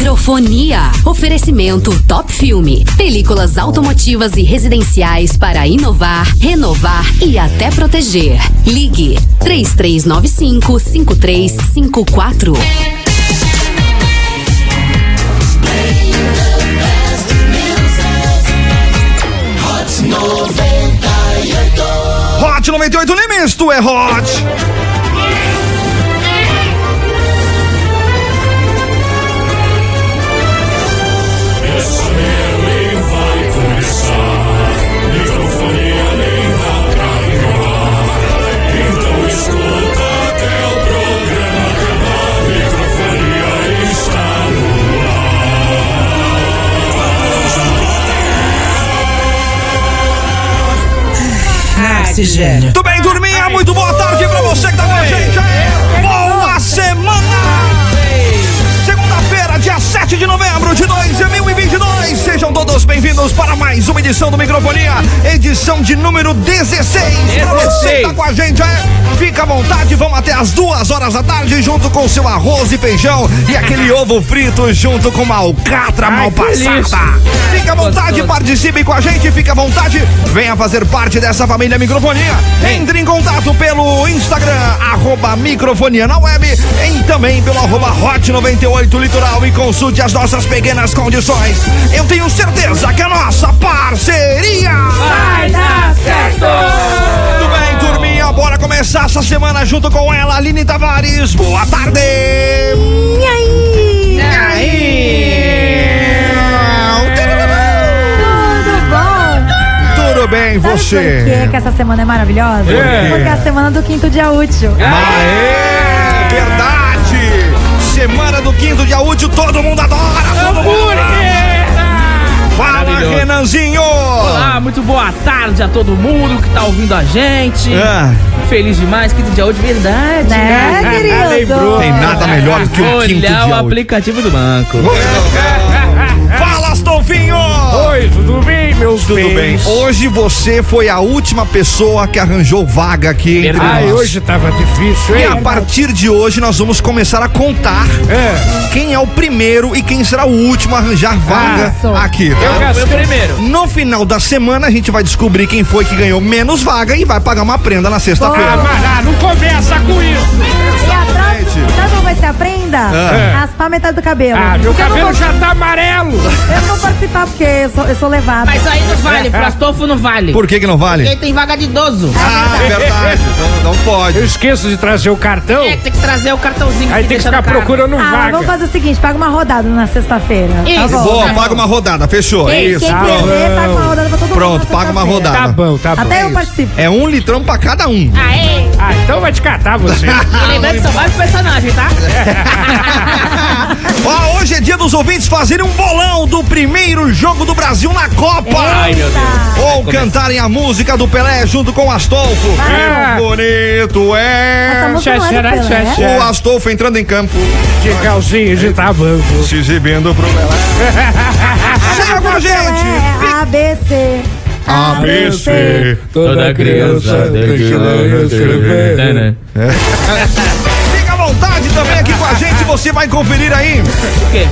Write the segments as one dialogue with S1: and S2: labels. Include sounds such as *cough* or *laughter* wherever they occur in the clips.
S1: Microfonia. Oferecimento Top Filme. Películas automotivas e residenciais para inovar, renovar e até proteger. Ligue 3395 5354.
S2: Hot 98 Limits, tu é hot.
S3: Essa nem vai começar. Microfonia nem dá pra ignorar. Então escuta até o programa acabar. Microfonia está no
S4: Oxigênio.
S2: Tudo bem, turminha? Muito boa tarde pra você que tá com a gente aí. Boa semana! Segunda-feira, dia 7 de novembro de 2022. Sejam todos bem-vindos para mais uma edição do Microfonia, edição de número 16. Pra você que tá com a gente aí, fica à vontade, vamos até as duas horas da tarde, junto com seu arroz e feijão e aquele ovo frito junto com uma alcatra mal passada. Fica à vontade, participe com a gente, fica à vontade, venha fazer parte dessa família Microfonia. Entre em contato pelo Instagram, arroba Microfonia na web, e também pelo arroba Hot 98 Litoral e consulte as nossas pequenas condições. Eu tenho certeza que a nossa parceria vai dar certo! Tudo bem, turminha? Bora começar essa semana junto com ela, Aline Tavares. Boa tarde! Tudo bem,
S5: Sabe por
S2: você?
S5: que que essa semana é maravilhosa? Porque é a semana do quinto dia útil.
S2: Aê! Verdade! Semana do quinto dia útil, todo mundo adora! Todo mundo ama. Fala,
S6: Maravilhoso.
S2: Renanzinho!
S6: Olá, muito boa tarde a todo mundo que tá ouvindo a gente.
S2: Ah,
S6: Feliz demais, quinto dia hoje, verdade.
S5: Né,
S6: *laughs*
S5: querido?
S2: tem nada melhor do que o
S6: Vou
S2: quinto
S6: Olhar o
S2: dia útil.
S6: aplicativo do banco.
S2: Fala, Astolfinho!
S7: Oi, tudo bem, meus
S2: Tudo bem? Hoje você foi a última pessoa que arranjou vaga aqui entre
S7: Ai,
S2: nós.
S7: hoje tava difícil,
S2: E
S7: hein?
S2: a partir de hoje nós vamos começar a contar
S7: É,
S2: quem é o primeiro e quem será o último a arranjar
S7: Ah,
S2: vaga
S5: Isso.
S2: aqui. tá?
S6: Eu fui o primeiro.
S2: No final da semana a gente vai descobrir quem foi que ganhou menos vaga e vai pagar uma prenda na sexta-feira.
S7: Pará, não começa com isso.
S5: E a próxima,
S2: Exatamente.
S5: sabe como é vai ser a prenda?
S2: Ah.
S5: Raspar metade do cabelo.
S7: Ah, meu
S5: Porque eu não
S7: cabelo
S5: vou-
S7: já tá amarelo.
S5: Eu não vou participar porque eu sou, eu sou levada.
S6: Mas aí não vale,
S7: É.
S6: pro Astolfo não vale.
S2: Por que que não
S6: Porque
S2: vale?
S6: aí tem vaga de idoso.
S2: Ah, verdade. Não, não
S7: Eu
S2: pode.
S7: esqueço de trazer o cartão,
S6: É, tem que trazer o cartãozinho
S7: Então? aí
S6: que
S7: tem que
S6: deixa
S7: ficar
S6: no carro.
S7: procurando
S5: ah,
S7: vaga.
S5: vamos fazer o seguinte, paga uma rodada na sexta-feira. Tá
S6: Isso.
S5: bom?
S2: Boa, paga uma rodada, fechou.
S5: Quem,
S2: Isso.
S5: quem
S7: tá
S5: perder,
S7: bom.
S5: paga uma rodada pra todo mundo.
S2: Pronto,
S5: na
S2: paga uma
S5: sexta-feira.
S2: rodada.
S7: Tá bom, tá bom.
S5: Até eu participo. é?
S2: É um litrão pra cada um.
S7: Ah, então vai te catar *laughs* você.
S6: E lembrando que são vários personagens, tá?
S2: *laughs* Ó, hoje é dia dos ouvintes fazerem um bolão do primeiro jogo do Brasil na Copa. Ou cantarem a música do Pelé junto com o Astolfo.
S7: Ah.
S2: Que bonito
S5: Essa
S2: é.
S5: música não é do
S7: Xaxará,
S5: Pelé.
S7: xaxá.
S2: O Astolfo entrando em campo, É.
S7: De calcinha de tabanco.
S2: se exibindo pro Pelé. Chega com a gente.
S5: É A, B, C. A, B, C.
S7: Toda
S2: É.
S6: Né,
S2: Fica à vontade também aqui com a gente, você vai conferir aí.
S6: O quê?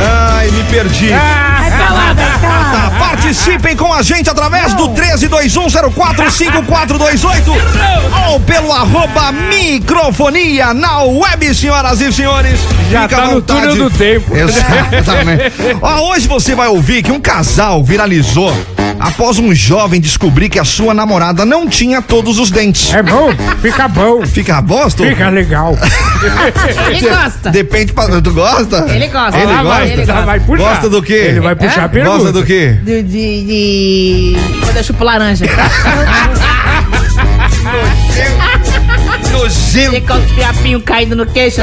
S6: Ah,
S2: Ai, me perdi.
S5: Vai escalada, escalada.
S2: Tá, participem com a gente através do 1321045428 ou pelo arroba microfonia na web, senhoras e senhores.
S7: Já
S2: Fica à
S7: tá no
S2: vontade.
S7: túnel do tempo. *laughs*
S2: Exatamente. Ó, hoje você vai ouvir que um casal viralizou após um jovem descobrir que a sua namorada não tinha todos os dentes.
S7: É bom, fica bom,
S2: Fica bosta?
S7: fica legal.
S6: Ele gosta.
S2: Depende pra. Tu gosta?
S6: Ele gosta.
S2: Ele
S7: Lá
S2: gosta?
S7: vai, lá vai puxar.
S2: Gosta do quê?
S7: Ele vai puxar a pergunta.
S2: Gosta *laughs* do quê?
S6: De, de, de... Quando eu chupo laranja. Ele
S2: *laughs* Nojento. Ah!
S6: com os fiapinhos caindo no queixo.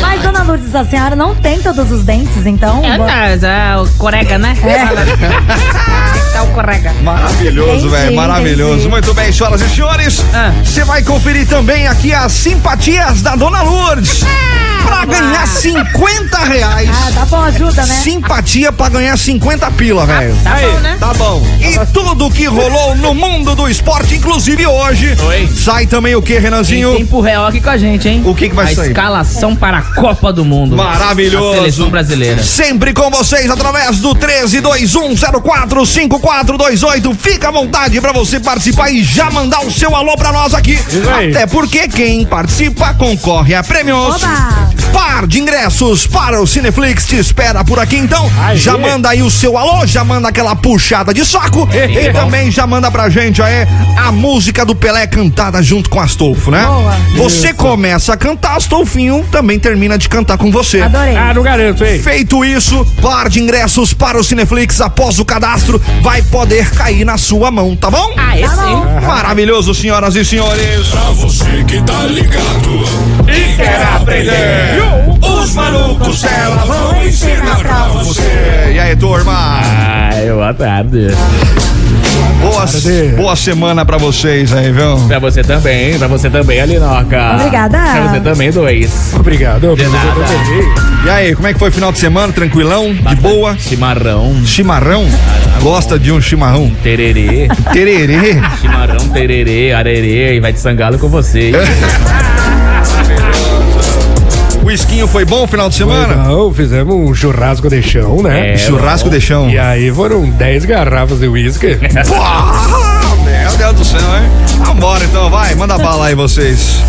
S5: Mas, dona Lourdes, a senhora não tem todos os dentes, então.
S6: É,
S5: bo-
S6: mas é o corega, né? *laughs* É. o corega.
S2: Maravilhoso,
S5: Entendi,
S2: velho, maravilhoso.
S5: entendi.
S2: Muito bem, senhoras e senhores.
S6: Ah. *laughs*
S2: Você vai conferir também aqui as simpatias da Dona Lourdes. Pra ganhar 50 reais.
S5: Ah, tá bom, ajuda, né?
S2: Simpatia pra ganhar 50 pila, velho.
S6: Tá
S7: Aí.
S6: bom, né?
S2: Tá bom. E tudo que rolou no mundo do esporte, inclusive hoje.
S6: Oi.
S2: Sai também o que,
S6: Tem
S2: Renanzinho?
S6: tempo é real aqui com a gente, hein?
S2: O que que vai
S6: a
S2: sair?
S6: escalação para a Copa do Mundo.
S2: Maravilhoso.
S6: A seleção brasileira.
S2: Sempre com vocês através do 1321045428. Fica à vontade pra você participar e já mandar o seu alô pra nós aqui.
S7: aí.
S2: Até porque quem participa concorre a prêmios.
S5: Oba!
S2: Par de ingressos para o Cineflix te espera por aqui então.
S7: Aí.
S2: Já manda aí o seu alô, já manda aquela puxada de saco e também já manda pra gente aí a música do Pelé cantada junto com Astolfo, né?
S5: Boa.
S2: Você começa a cantar, Astolfinho também termina de cantar com você.
S5: Adorei.
S7: Ah, não garanto, hein?
S2: Feito isso, par de ingressos para o Cineflix após o cadastro vai poder cair na sua mão, tá bom?
S6: Ah, esse, hein?
S2: Maravilhoso, senhoras e senhores.
S3: Pra você que tá ligado e quer aprender, os malucos dela vão ensinar pra você.
S2: E aí, turma?
S6: Ai, boa tarde.
S2: Boa, boa semana pra vocês aí, viu?
S6: Pra você também, hein? pra você também, Alinoca.
S5: Obrigada.
S6: Pra você também, dois.
S7: Obrigado.
S6: De nada.
S2: E aí, como é que foi o final de semana? Tranquilão? De boa?
S6: Chimarrão,
S2: Chimarrão? Gosta de um chimarrão?
S6: tererê. *laughs*
S2: Tererê?
S6: Chimarrão, tererê, arerê, e vai de sangalo com você.
S2: O esquinho foi bom o final de semana?
S7: Não, fizemos um churrasco de chão, né?
S6: É,
S2: Churrasco de chão.
S7: E aí foram 10 garrafas de uísque.
S2: *laughs* Pô, Meu Deus do céu, hein? Vambora então, vai, manda bala aí vocês.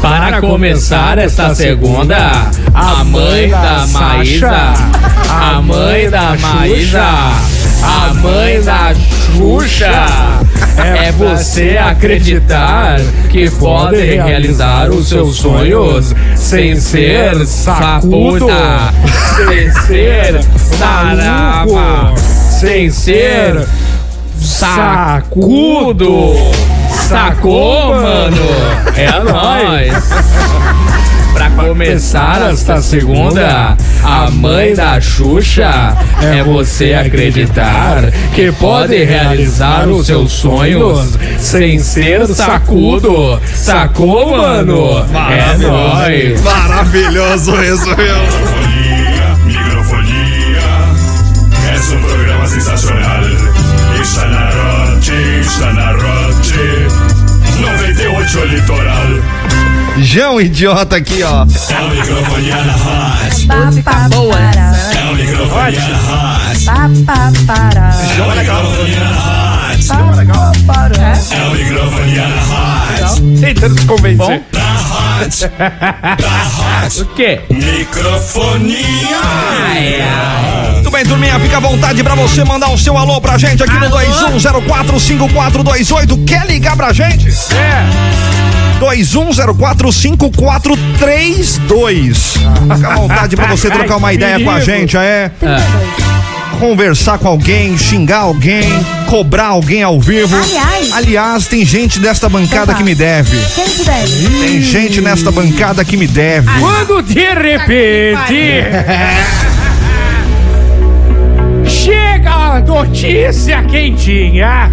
S6: Para começar esta segunda, a mãe da Maísa, a mãe da Maísa, a mãe da Xuxa, é você acreditar que pode realizar os seus sonhos sem ser sacuda, *laughs* sem ser sarava, sem ser Sacudo! Sacou, mano? É nóis! Pra começar esta segunda, a mãe da Xuxa é você acreditar que pode realizar os seus sonhos sem ser sacudo. Sacou, mano? É nóis!
S2: Maravilhoso isso,
S6: *laughs*
S2: meu.
S3: Microfonía, microfonía, es un um programa sensacional. Está na Roche, está na Roche, 98 Litoral.
S2: João idiota aqui, ó.
S3: É o microfonia na rádio,
S2: tá
S5: Pá, pá,
S6: boa
S5: para.
S3: é o microfonia na rádio.
S5: Pá, pá, para.
S3: É o microfonia na rádio,
S5: Pá, pá, para.
S3: é o microfonia na rádio.
S7: Tentando se convencer. *laughs*
S3: Na rádio, na rádio.
S6: O quê?
S3: Microfonia.
S2: Muito bem, turminha, fica à vontade pra você mandar o seu alô pra gente aqui no 21045428. Quer ligar pra gente? um
S7: É.
S2: 21045432. Fica à vontade pra você trocar uma ideia com a gente, é? Conversar com alguém, xingar alguém, cobrar alguém ao vivo.
S5: Aliás.
S2: Aliás, tem gente desta bancada
S5: Opa.
S2: que me deve.
S5: Quem que deve?
S2: Tem gente nesta bancada que me deve.
S7: Quando de repente. Chega a notícia quentinha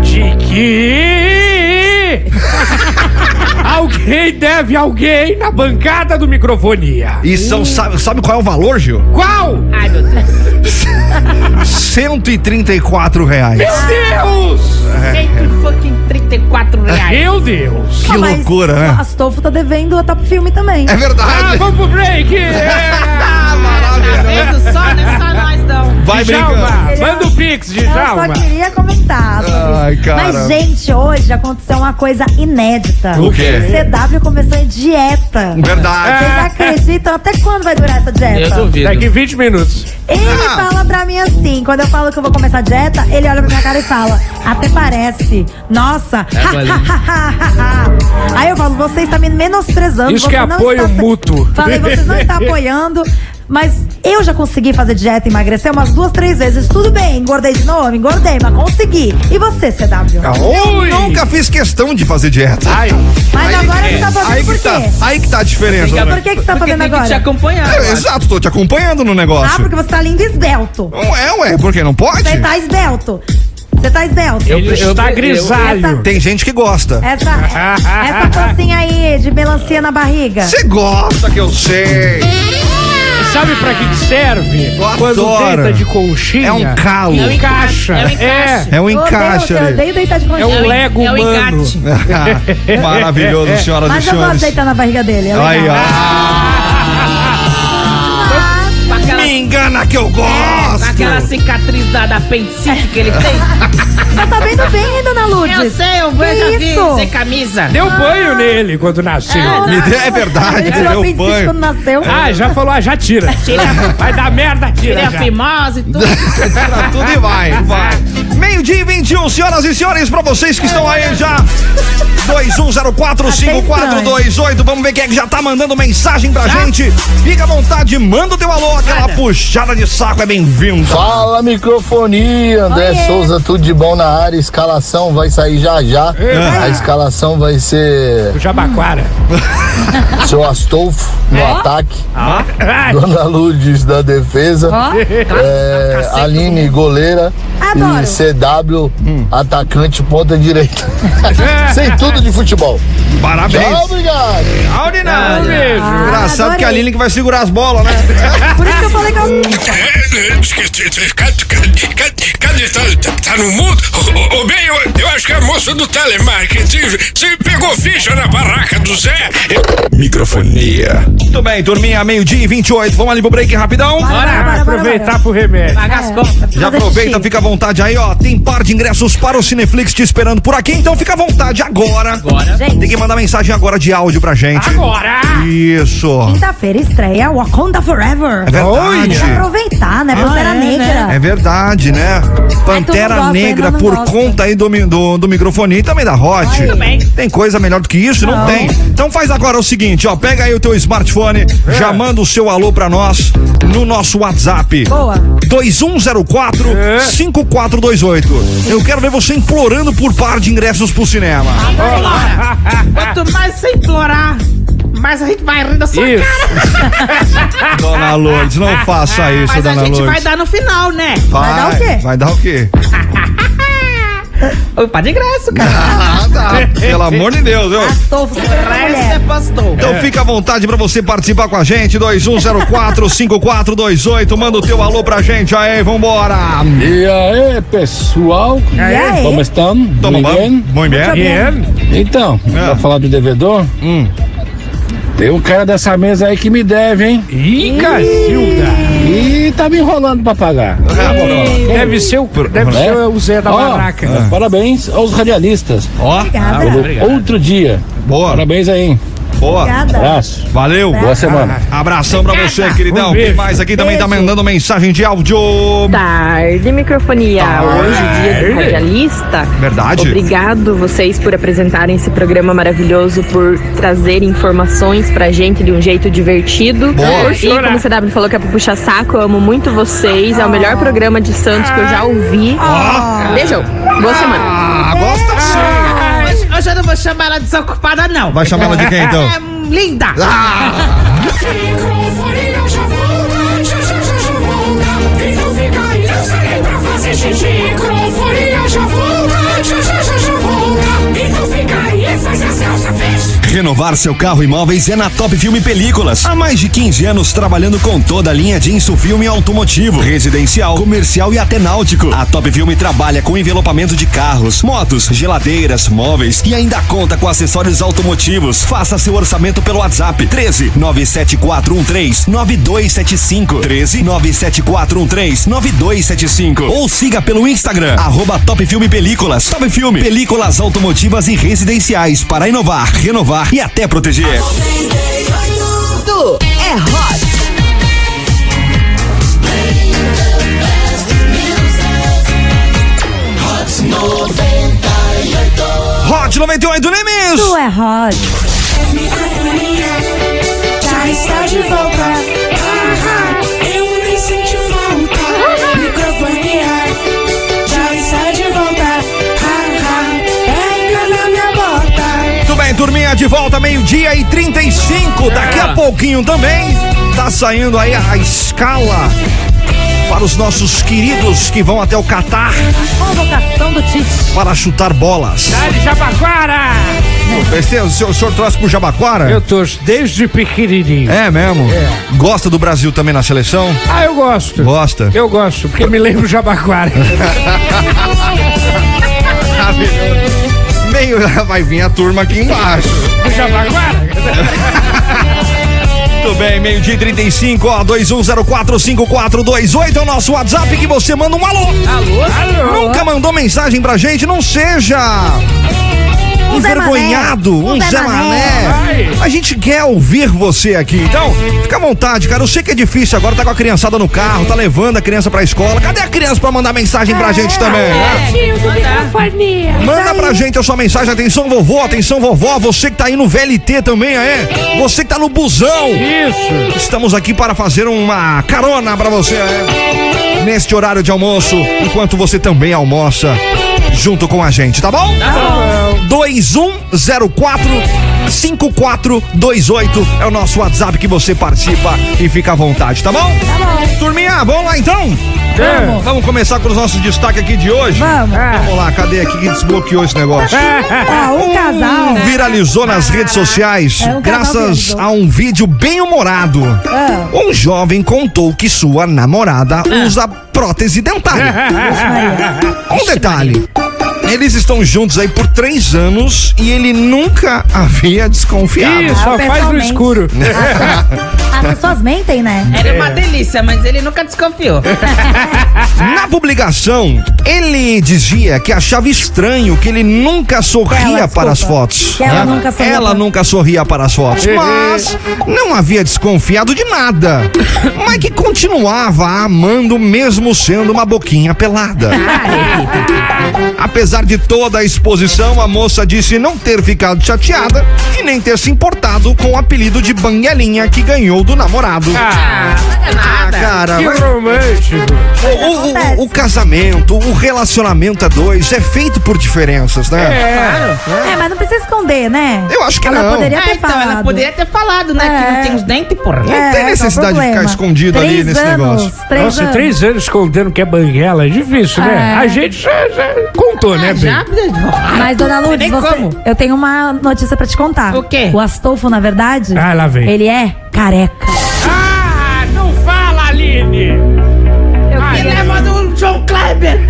S7: de que alguém deve alguém na bancada do microfonia.
S2: E
S6: Hum.
S2: são, sabe, sabe qual é o valor, Gil?
S7: Qual?
S6: Ai, meu Deus.
S2: 134 reais.
S7: Meu Deus!
S6: 134 reais.
S7: É, Meu Deus!
S2: É. Que
S5: Ah, mas
S2: loucura, né?
S5: o Astolfo tá devendo a Top Filme também.
S2: É
S7: Ah,
S2: verdade. Tá
S7: vamos pro break!
S2: *laughs* Maravilha.
S6: Só não é só nós, não.
S2: Vai brincando.
S7: Djalma, manda o pix,
S5: Eu
S7: Djalma.
S5: só queria comentar. sobre
S2: Ai,
S5: isso.
S2: cara.
S5: Mas, gente, hoje aconteceu uma coisa inédita.
S2: O quê?
S5: CW começou em dieta.
S2: Verdade.
S5: Vocês acreditam até quando vai durar essa
S6: Eu
S5: dieta?
S6: duvido.
S7: Daqui 20 minutos.
S5: Ele
S2: Ah.
S5: fala pra mim assim, quando eu falo que eu vou começar a dieta, ele olha pra minha cara e fala, até parece. Nossa,
S6: É bolinha.
S5: aí eu falo, você está me menosprezando.
S7: Isso
S5: você
S7: que é
S5: não
S7: apoio
S5: está...
S7: mútuo.
S5: Falei, você não
S7: *laughs*
S5: está apoiando. Mas eu já consegui fazer dieta, emagrecer umas duas, três vezes. Tudo bem, engordei de novo, engordei, mas consegui. E você, CW?
S7: Tá, Oi!
S2: Eu nunca fiz questão de fazer dieta.
S7: Ai,
S5: Mas
S2: aí
S5: agora
S2: que-
S5: você tá fazendo
S2: Aí
S5: por
S2: que
S5: quê?
S2: tá, aí que tá a diferença.
S5: Por
S2: né?
S5: que, que você tá
S6: Porque
S5: fazendo
S6: tem que te
S5: agora?
S6: acompanhar.
S2: É, exato, tô te acompanhando no
S5: Ah,
S2: negócio.
S5: porque você tá lindo e esbelto.
S2: Não é, ué, porque não pode?
S5: Você tá esbelto. Você tá esbelto.
S7: Eu,
S6: Ele
S7: eu
S6: está-
S7: tá grisalho.
S5: essa-
S2: Tem gente que gosta.
S5: Essa, essa pancinha aí de melancia na barriga.
S2: Você gosta que eu sei. *laughs*
S6: *laughs*
S7: Sabe pra que que serve?
S2: Eu
S7: Quando
S2: adoro.
S7: deita de conchinha.
S2: É um calo.
S7: É um encaixa.
S8: É um encaixe.
S2: É um
S5: Eu odeio-
S2: encaixe
S5: Eu
S2: ali.
S5: odeio deitar de
S7: É um
S5: conchinha.
S7: lego
S8: é o
S7: humano.
S8: engate.
S2: Maravilhoso, senhoras
S5: Mas
S2: e
S5: eu gosto de
S2: senhores.
S5: deitar na barriga dele. É
S2: É, Aí,
S5: legal.
S2: ó.
S7: Ah,
S5: Mas-
S8: Com aquela,
S2: Me engana que eu
S8: com aquela
S2: gosto.
S8: cicatriz da, da apendicite que ele tem.
S5: Você *laughs* tá vendo bem, dona Lourdes?
S8: Eu sei, eu
S5: Que
S8: já vi
S5: isso? Ah.
S8: sem camisa.
S7: *laughs* Deu banho nele quando nasceu.
S2: Me dê- É
S5: Ele
S2: verdade,
S5: tirou
S2: deu
S5: apendicite quando
S2: banho.
S5: nasceu.
S7: Ah, já falou, ah, já tira.
S5: *laughs*
S7: Vai dar merda,
S8: Ele
S7: tira.
S8: é
S7: já.
S8: fimose e tudo.
S2: *laughs* Tira tudo e vai, vai. Meio-dia e 21, senhoras e senhores, pra vocês que estão aí já. 21045428. Vamos ver quem é que já tá mandando mensagem pra gente. Fica à vontade, manda o teu alô. Aquela puxada de saco é bem-vinda.
S9: Fala microfonia, André
S5: Oiê.
S9: Souza, tudo de bom na área. Escalação vai sair já já. A escalação vai ser
S7: O Jabaquara.
S9: seu Astolfo no
S5: É?
S9: ataque,
S7: Ai,
S9: Dona Lourdes da defesa, é, Aline goleira
S5: Adoro.
S9: e CW atacante ponta direita. Sei tudo de futebol.
S2: Parabéns.
S9: Tchau, obrigado.
S7: um
S2: Aurinalha.
S7: beijo.
S2: Engraçado
S5: adorei.
S2: que a Aline que vai segurar as bolas, né?
S5: Por isso que eu falei que eu...
S10: Cadê? Tá, tá, tá no mundo? Ô, ô, ô, bem, eu, eu acho que é a moça do telemarketing. Você pegou ficha na barraca do Zé? Microfonia.
S2: Muito bem, turminha, meio-dia e 28. Vamos ali pro break rapidão.
S5: Bora, bora, É. bora,
S7: Aproveitar
S5: bora.
S7: pro remédio.
S8: Pagar as contas.
S2: Já
S5: Fazer
S2: aproveita,
S5: xixi.
S2: fica à vontade aí, ó. Tem par de ingressos para o Cineflix te esperando por aqui, então fica à vontade agora.
S8: Agora.
S2: Tem que mandar mensagem agora de áudio pra gente.
S7: Agora!
S2: Isso.
S5: Quinta-feira estreia Wakanda Forever.
S2: É
S5: Tem que
S2: verdade.
S5: aproveitar, né? Pantera Negra.
S2: Ah, É verdade, né? Pantera
S5: tu não gosta,
S2: Negra,
S5: ainda não
S2: por
S5: gosta.
S2: conta aí do, mi- do, do microfone e também da Hot.
S8: bem.
S2: Tem coisa melhor do que isso? Não,
S5: Não.
S2: tem. Então faz agora o seguinte, ó. Pega aí o teu smartphone, já manda o seu alô pra nós no nosso WhatsApp.
S5: Boa.
S2: 2104 5428. Eu quero ver você implorando por par de ingressos pro cinema.
S8: Quanto mais você implorar, mais a gente vai rir da sua
S7: Isso.
S8: cara.
S2: Dona Lourdes, não faça isso,
S8: Mas a
S2: dona
S8: gente
S2: Lourdes.
S8: vai dar no final, né?
S2: Vai,
S5: dar o quê?
S2: Vai dar o
S5: *laughs*
S2: quê?
S8: Ô, pá de ingresso, cara.
S2: Ah, *laughs* tá. Pelo amor de Deus, viu?
S5: Astolfo, super
S8: Ingresso é
S5: mulher.
S8: pastor.
S10: É.
S2: Então fica à vontade pra você participar com a gente. 21045428. Manda o teu alô pra gente aí, vambora.
S9: E aí, pessoal?
S5: E aí?
S9: estamos?
S2: Toma banho. Ah. Muito bem.
S7: Bien.
S9: Então,
S2: pra
S9: falar do devedor,
S2: Hum.
S9: tem um cara dessa mesa aí que me deve, hein?
S7: Ih, Cacilda.
S9: E tá me enrolando pra pagar. Né?
S7: Deve ser o, deve ser o Zé da
S9: Ó,
S7: barraca.
S9: Parabéns aos radialistas.
S2: Ah. Ó,
S5: Obrigada.
S9: Outro dia.
S2: boa,
S9: Parabéns aí.
S2: boa.
S5: Obrigada.
S9: Abraço.
S2: Valeu.
S9: Boa semana.
S2: Abração pra você, queridão.
S7: Um beijo.
S2: Quem mais aqui também tá mandando mensagem de áudio.
S11: tarde, microfonia. Hoje, dia do radialista.
S2: Verdade.
S11: Obrigado vocês por apresentarem esse programa maravilhoso, por trazer informações pra gente de um jeito divertido.
S2: Boa.
S11: E como o CW falou que é pra puxar saco, eu amo muito vocês. É o melhor programa de Santos que eu já ouvi. Beijão. Boa semana.
S2: Ah, gosta sim.
S8: Ah, hoje, hoje eu não vou chamar ela de desocupada, não.
S2: Vai chamar ela de quem então? Ah.
S8: É, hum, linda.
S10: Microfonia já volta, já já já já volta. E não fica aí, eu saí pra fazer xixi. Microfonia já volta, já já já já volta. E não fica aí, faz a calça, fez.
S12: Renovar seu carro e imóveis é na Top Filme Películas. Há mais de 15 anos trabalhando com toda a linha de insufilme automotivo, residencial, comercial e até náutico. A Top Filme trabalha com envelopamento de carros, motos, geladeiras, móveis e ainda conta com acessórios automotivos. Faça seu orçamento pelo WhatsApp 13 97413 9275 13 97413 9275 ou siga pelo Instagram arroba Top Filme Películas. Top Filme Películas automotivas e residenciais para inovar, renovar e até proteger.
S1: Tudo é Hot.
S2: Hot 98
S5: Tu
S2: Nemes.
S5: é hot.
S10: Já está de volta. Eu nem senti falta. Microfonia. Já está de volta. Pega na minha bota.
S2: Muito bem, turminha, de volta, meio-dia e 35. Daqui a pouquinho também tá saindo aí a escala para os nossos queridos que vão até o Catar
S5: Convocação do Tite.
S2: para chutar bolas.
S7: Dale Jabaquara!
S2: Besteira, o senhor, o senhor trouxe pro Jabaquara? Eu
S7: trouxe desde pequenininho.
S2: É mesmo? Gosta do Brasil também na seleção?
S7: Ah, eu gosto.
S2: Gosta?
S7: Eu gosto, porque me lembro Jabaquara.
S2: *laughs* Meio vai vir a turma aqui embaixo. Muito bem, meio-dia e 35, ó, 21045428 é o nosso WhatsApp que você manda um alô.
S6: Alô?
S2: Alô? Nunca mandou mensagem pra gente, não seja
S10: Um Zé
S2: envergonhado,
S10: Mané.
S2: um Zé Mané. A gente quer ouvir você aqui, então fica à vontade, cara. Eu sei que é difícil agora, tá com a criançada no carro, tá levando a criança pra escola. Cadê a criança pra mandar mensagem
S10: É.
S2: pra gente também? né?
S10: Tio do microfonia.
S2: Manda pra gente a sua mensagem. Atenção, vovô, atenção, vovó. Você que tá aí no VLT também, é? Você que tá no busão.
S7: Isso.
S2: Estamos aqui para fazer uma carona pra você, é? Neste horário de almoço, enquanto você também almoça junto com a gente, tá bom?
S10: Tá bom.
S2: 2104 5428 é o nosso WhatsApp que você participa e fica à vontade, tá bom? Tá bom. Turminha, vamos lá então?
S10: Vamos. É.
S2: Vamos começar com os nossos destaques aqui de hoje? Vamos. Vamos lá, cadê aqui que desbloqueou esse negócio? *laughs*
S10: Ah, um casal. Ah.
S2: Viralizou nas redes sociais
S10: É, um casal
S2: graças
S10: viralizou. Ah.
S2: a um vídeo bem humorado. Um jovem contou que sua namorada usa prótese
S10: *laughs*
S2: dentária. Um detalhe. Eles estão juntos aí por três anos e ele nunca havia desconfiado.
S7: Ih, só Ah, faz no pessoalmente.
S2: *laughs*
S7: escuro.
S5: As pessoas mentem, né?
S8: Era uma delícia, mas ele nunca desconfiou.
S2: Na publicação, ele dizia que achava estranho que ele nunca sorria para as fotos.
S5: Que ela
S2: né?
S5: nunca sorria
S2: Ela
S5: para-
S2: nunca sorria para as fotos,
S5: Uhum.
S2: mas não havia desconfiado
S5: *laughs*
S2: de nada. Mas que continuava amando mesmo sendo uma boquinha pelada.
S5: Ah,
S2: Apesar de toda a exposição, a moça disse não ter ficado chateada e nem ter se importado com o apelido de banguelinha que ganhou do namorado.
S7: Ah,
S2: Ah, cara,
S7: que
S2: vai-
S7: romântico.
S2: o, o- o casamento, o relacionamento a dois é feito por diferenças, né?
S5: É, mas não precisa esconder, né?
S2: Eu acho que
S5: ela
S2: não.
S5: poderia ter
S8: É, então,
S5: falado. É.
S8: ela poderia ter falado, né? Que não tem os dentes, porra.
S2: Não tem necessidade de ficar escondido ali nesse negócio.
S7: Nossa,
S5: *laughs*
S7: três anos escondendo que é banguela é difícil, né?
S5: É.
S7: A gente já, já contou,
S8: Ah,
S7: né, Bem?
S5: Mas, dona Lourdes, você- eu tenho uma notícia pra te contar. O quê? O Astolfo, na verdade,
S7: Ah, lá vem.
S5: ele é careca.
S7: Ah, não fala, Aline!
S8: Ele é mais do João Kleber.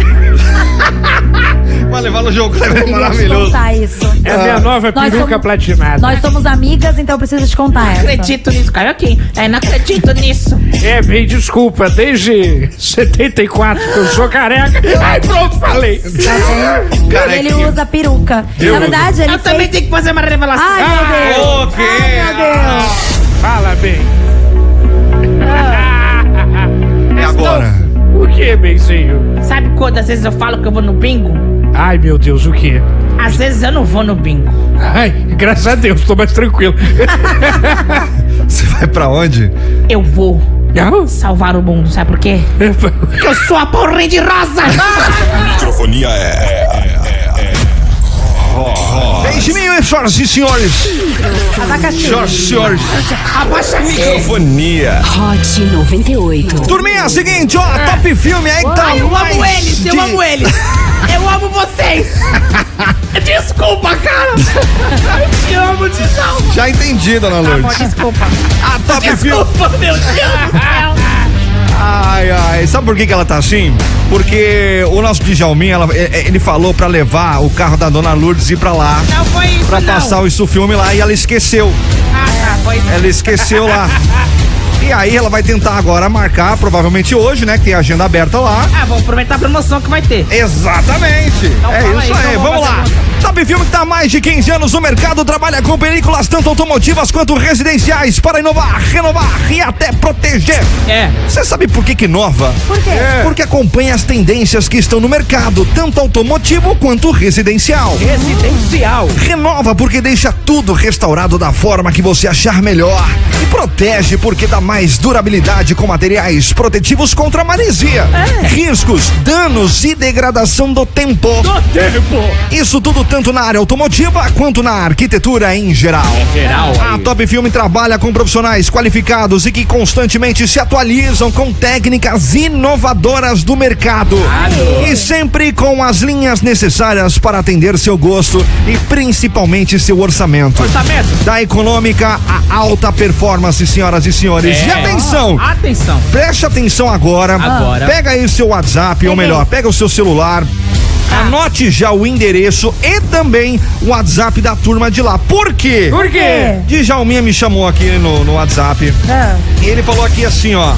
S2: Vai levar no jogo,
S5: Eu
S2: é
S5: queria te
S2: maravilhoso. Ah.
S5: contar isso.
S7: É a minha nova
S5: Nós
S7: peruca platinada.
S5: Nós somos amigas, então eu preciso te contar essa.
S8: Acredito nisso, caiu aqui. É, não acredito nisso.
S7: É, bem, desculpa, desde 74 que eu sou careca. Ai, pronto, falei.
S5: Tá E ele usa peruca.
S7: Eu- Ah,
S5: Na verdade, ele
S8: Eu também tenho que fazer uma revelação.
S5: Ai, meu Deus.
S2: Ah,
S7: Fala, bem.
S2: É agora.
S7: O que, benzinho?
S8: Sabe quando às vezes eu falo *laughs* que eu vou no bingo?
S7: Ai, meu Deus, o que?
S8: Às vezes eu não vou no bingo.
S7: Ai, graças a Deus, tô mais tranquilo.
S2: Você vai pra onde?
S8: Eu vou salvar o mundo, sabe por quê? Porque eu sou a porra
S7: *laughs*
S8: de rosa!
S3: Microfonia é.
S2: Benjamin, senhoras e senhores.
S5: Abacaxi.
S2: Senhoras e senhores.
S8: Abaixa
S3: Microfonia.
S1: Hot 98.
S2: Turminha, é seguinte, ó, top filme aí que tá.
S8: É. Ai, eu amo
S2: mais
S8: eles, eu
S2: de-
S8: amo
S2: *laughs*
S8: eles! Eu amo vocês! Desculpa, cara! Eu te amo de novo!
S2: Já entendi, dona
S8: Amor,
S2: Lourdes.
S8: Tá desculpa!
S2: Ah, top filme.
S8: Desculpa, meu Deus do céu!
S2: Ai, ai, sabe por que, que ela tá assim? Porque o nosso Djalminha, ela- é- é- ele falou pra levar o carro da dona Lourdes e ir pra lá.
S8: Não foi isso,
S2: Pra
S8: não.
S2: passar o isso filme lá e ela esqueceu.
S8: Ah, tá, foi isso.
S2: Ela
S8: *laughs*
S2: esqueceu lá. E aí ela vai tentar agora marcar, provavelmente hoje, né? Que tem a agenda aberta lá.
S8: Ah, vou aproveitar a promoção que vai ter.
S2: Exatamente. é
S8: fala
S2: isso
S8: aí,
S2: aí,
S8: então
S2: vamos
S8: vamos
S2: lá.
S8: fazer
S2: Top Filme está há mais de 15 anos no mercado, trabalha com películas tanto automotivas quanto residenciais para inovar, renovar e até proteger.
S8: É.
S2: Você sabe por que que inova?
S5: Por quê?
S2: É. Porque acompanha as tendências que estão no mercado, tanto automotivo quanto residencial.
S8: Residencial.
S2: Renova porque deixa tudo restaurado da forma que você achar melhor. E protege porque dá mais durabilidade com materiais protetivos contra maresia, riscos, danos e degradação do tempo. Do tempo. Isso tudo tanto na área automotiva quanto na arquitetura em geral.
S6: geral,
S2: A Top Filme trabalha com profissionais qualificados e que constantemente se atualizam com técnicas inovadoras do mercado. E sempre com as linhas necessárias para atender seu gosto e principalmente seu orçamento.
S6: Orçamento.
S2: Da econômica à alta performance, senhoras e senhores.
S8: É.
S2: E atenção!
S6: É. Atenção.
S2: Preste atenção agora.
S6: Agora.
S2: Pega aí o seu WhatsApp, ou melhor, pega o seu celular. Anote já o endereço e também o WhatsApp da turma de lá. Por quê?
S5: Por quê?
S2: Djalminha me chamou aqui no, no WhatsApp.
S7: Ah.
S2: E ele falou aqui assim, ó.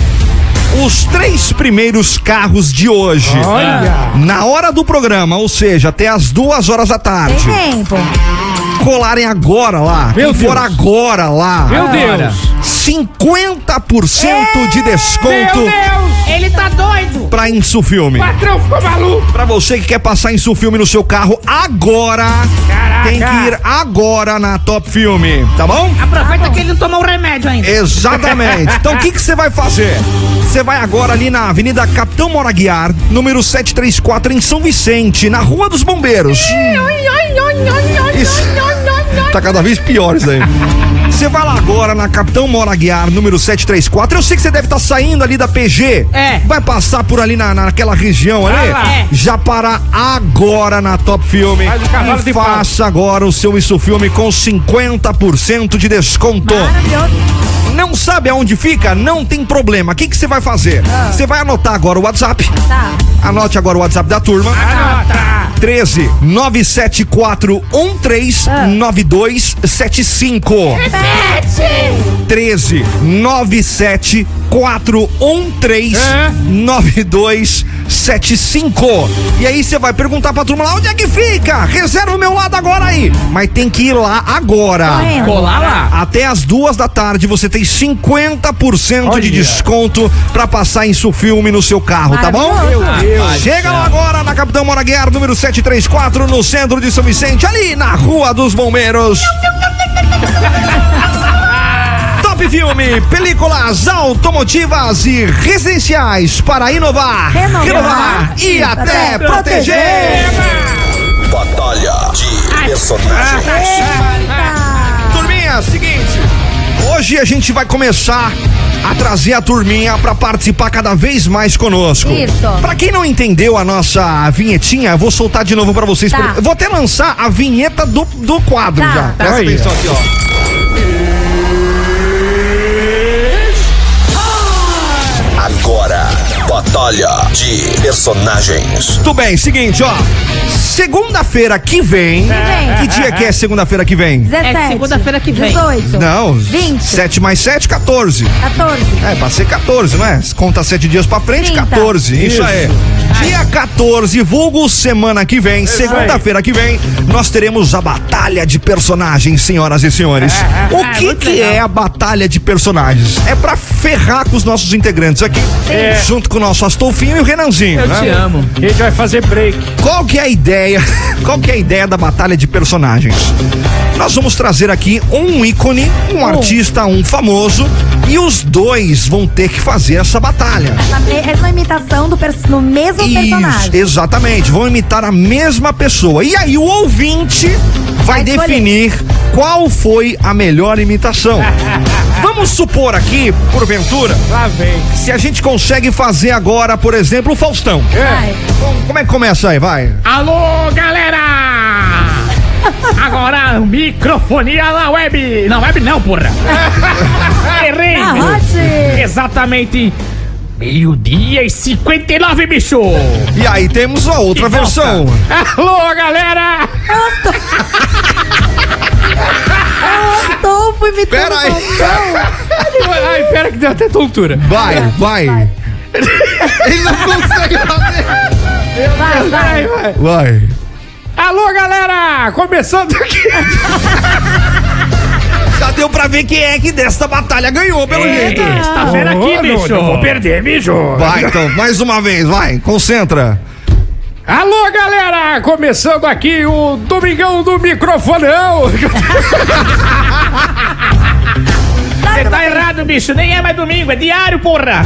S2: Os três primeiros carros de hoje.
S10: Olha.
S2: Na hora do programa, ou seja, até as duas horas da tarde.
S5: Tempo.
S2: Colarem agora lá.
S10: Meu
S2: Quem for
S10: Deus.
S2: agora lá.
S10: Meu Deus.
S2: 50% de desconto.
S8: Meu Deus! Ele tá doido!
S2: pra Insufilme.
S8: O patrão ficou maluco!
S2: Pra você que quer passar Insufilme no seu carro agora, tem que ir agora na Top Filme, tá bom?
S8: Aproveita que ele não tomou o remédio ainda.
S2: Exatamente. Então o
S5: *laughs*
S2: que que você vai fazer? Você vai agora ali na Avenida Capitão Moraguiar, número 734 em São Vicente, na Rua dos Bombeiros. Isso. Tá cada vez pior isso aí. Você vai lá agora na Capitão Moraguiar, número 734. Eu sei que você deve estar saindo ali da PG. É. Vai passar por ali na, naquela região ali.
S10: Vai lá. É.
S2: Já para agora na Top Filme.
S10: Faz o cavalo
S2: e
S10: de pau.
S2: faça agora o seu Isso Filme com 50% de desconto. Não sabe aonde fica? Não tem problema. O que que você vai fazer?
S10: Ah.
S2: Você vai anotar agora o WhatsApp.
S10: Tá.
S2: Anote agora o WhatsApp da turma.
S10: Ah,
S2: Anota. 13 974 9275.
S10: Repete!
S2: 13 97 413 9275. E aí você vai perguntar pra turma lá onde é que fica? Reserva o meu lado agora aí. Mas tem que ir lá agora.
S6: Correndo. Colar lá.
S2: Até as duas da tarde você tem 50% de desconto pra passar em filme no seu carro, tá bom?
S10: Maravilhoso. Meu Deus.
S2: Chega lá agora na Capitão Moraguiar, número 734, no centro de São Vicente, ali na Rua dos Bombeiros. Top Filme, películas automotivas e residenciais para inovar, renovar,
S10: Renovar.
S2: e até proteger.
S10: Batalha de personagens.
S2: Turminha, seguinte. Hoje a gente vai começar a trazer a turminha pra participar cada vez mais conosco.
S10: Isso.
S2: Pra quem não entendeu a nossa vinhetinha, eu vou soltar de novo pra vocês.
S10: Tá.
S2: por- eu Vou até lançar a vinheta do, do quadro
S10: Tá.
S2: já. Presta
S10: Olha.
S2: atenção aqui, ó.
S13: Agora, Batalha de Personagens.
S2: Tudo bem, seguinte, ó. Segunda-feira que vem.
S10: vem.
S2: Que dia que é segunda-feira que vem?
S5: É
S6: segunda-feira que vem.
S5: 18.
S2: Não,
S5: 20.
S2: 7 mais 7, 14.
S5: 14.
S2: É, pra ser 14, não é? Conta 7 dias pra frente,
S5: 30.
S2: 14. Isso,
S10: Isso.
S2: aí. Dia 14, vulgo semana que vem,
S10: Isso
S2: segunda-feira que vem, nós teremos a batalha de personagens, senhoras e senhores.
S10: É, é, é,
S2: O que,
S10: muito
S2: que
S10: legal.
S2: é a batalha de personagens? É pra ferrar com os nossos integrantes aqui,
S7: É.
S2: junto com o nosso Astolfinho e o Renanzinho.
S7: Eu
S2: né?
S7: te amo. A gente vai fazer break.
S2: Qual que é a ideia? *laughs* Qual que é a ideia da batalha de personagens? Nós vamos trazer aqui um ícone, um
S7: Oh.
S2: artista, um famoso, e os dois vão ter que fazer essa batalha.
S5: Essa, essa imitação do, pers- do mesmo personagem.
S2: Isso, exatamente, vão imitar a mesma pessoa. E aí o ouvinte vai, definir qual foi a melhor
S7: *laughs*
S2: imitação. Vamos supor aqui, porventura,
S7: Lá vem.
S2: se a gente consegue fazer agora, por exemplo, o Faustão.
S7: Vai.
S2: Como é que começa aí? Vai.
S6: Alô, galera!
S7: Ah,
S6: Agora, microfonia na web. Na web não, porra. Errei.
S5: Arrote.
S6: Exatamente. Meio-dia e 59, bicho.
S2: E aí temos a outra versão.
S6: Alô, galera!
S5: Eu tô fui imitando
S6: Pera aí.
S5: o Faustão.
S7: Ai, pera que deu até tontura.
S2: Vai, vai. Ele não consegue fazer.
S7: Vai, vai, vai.
S2: Vai.
S7: Alô, galera! Começando aqui.
S2: Já deu pra ver quem é que desta batalha ganhou, pelo jeito.
S7: Tá vendo aqui, bicho? Não vou perder, bicho.
S2: Vai, então, mais uma vez, vai, concentra.
S7: Alô, galera! Começando aqui o Domingão do Microfonão. Você
S6: tá errado, feriado, bicho. Nem é mais domingo, é diário,
S7: *laughs*
S6: porra.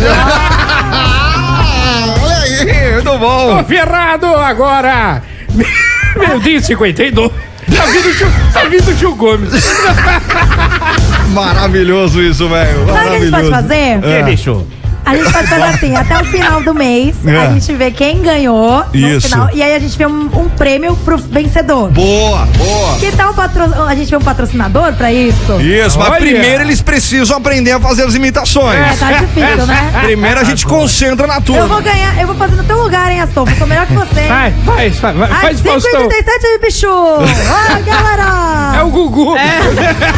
S2: Olha aí, muito bom.
S7: Tô ferrado agora. Meu dia 52. Tá vindo o Gil- tá vindo o Gil Gomes.
S2: Maravilhoso isso, velho.
S5: Sabe o que a gente pode
S2: Maravilhoso.
S5: fazer?
S2: É.
S5: A gente pode fazer assim, até o final do mês,
S2: É.
S5: a gente vê quem ganhou no
S2: Isso.
S5: final. E aí a gente vê um, um prêmio pro vencedor.
S2: Boa, boa.
S5: Que tal patro- a gente vê um patrocinador pra isso?
S2: Isso, mas primeiro eles precisam aprender a fazer as imitações.
S5: É, tá difícil, né?
S2: *laughs* Primeiro a gente concentra na turma.
S5: Eu vou ganhar, eu vou fazer no teu lugar, hein, Astolfo? Sou melhor que você.
S7: Vai, faz, faz, vai,
S5: Ai,
S7: faz Faustão.
S5: 587 aí, bicho! Ai, galera!
S7: É o Gugu.
S2: *laughs*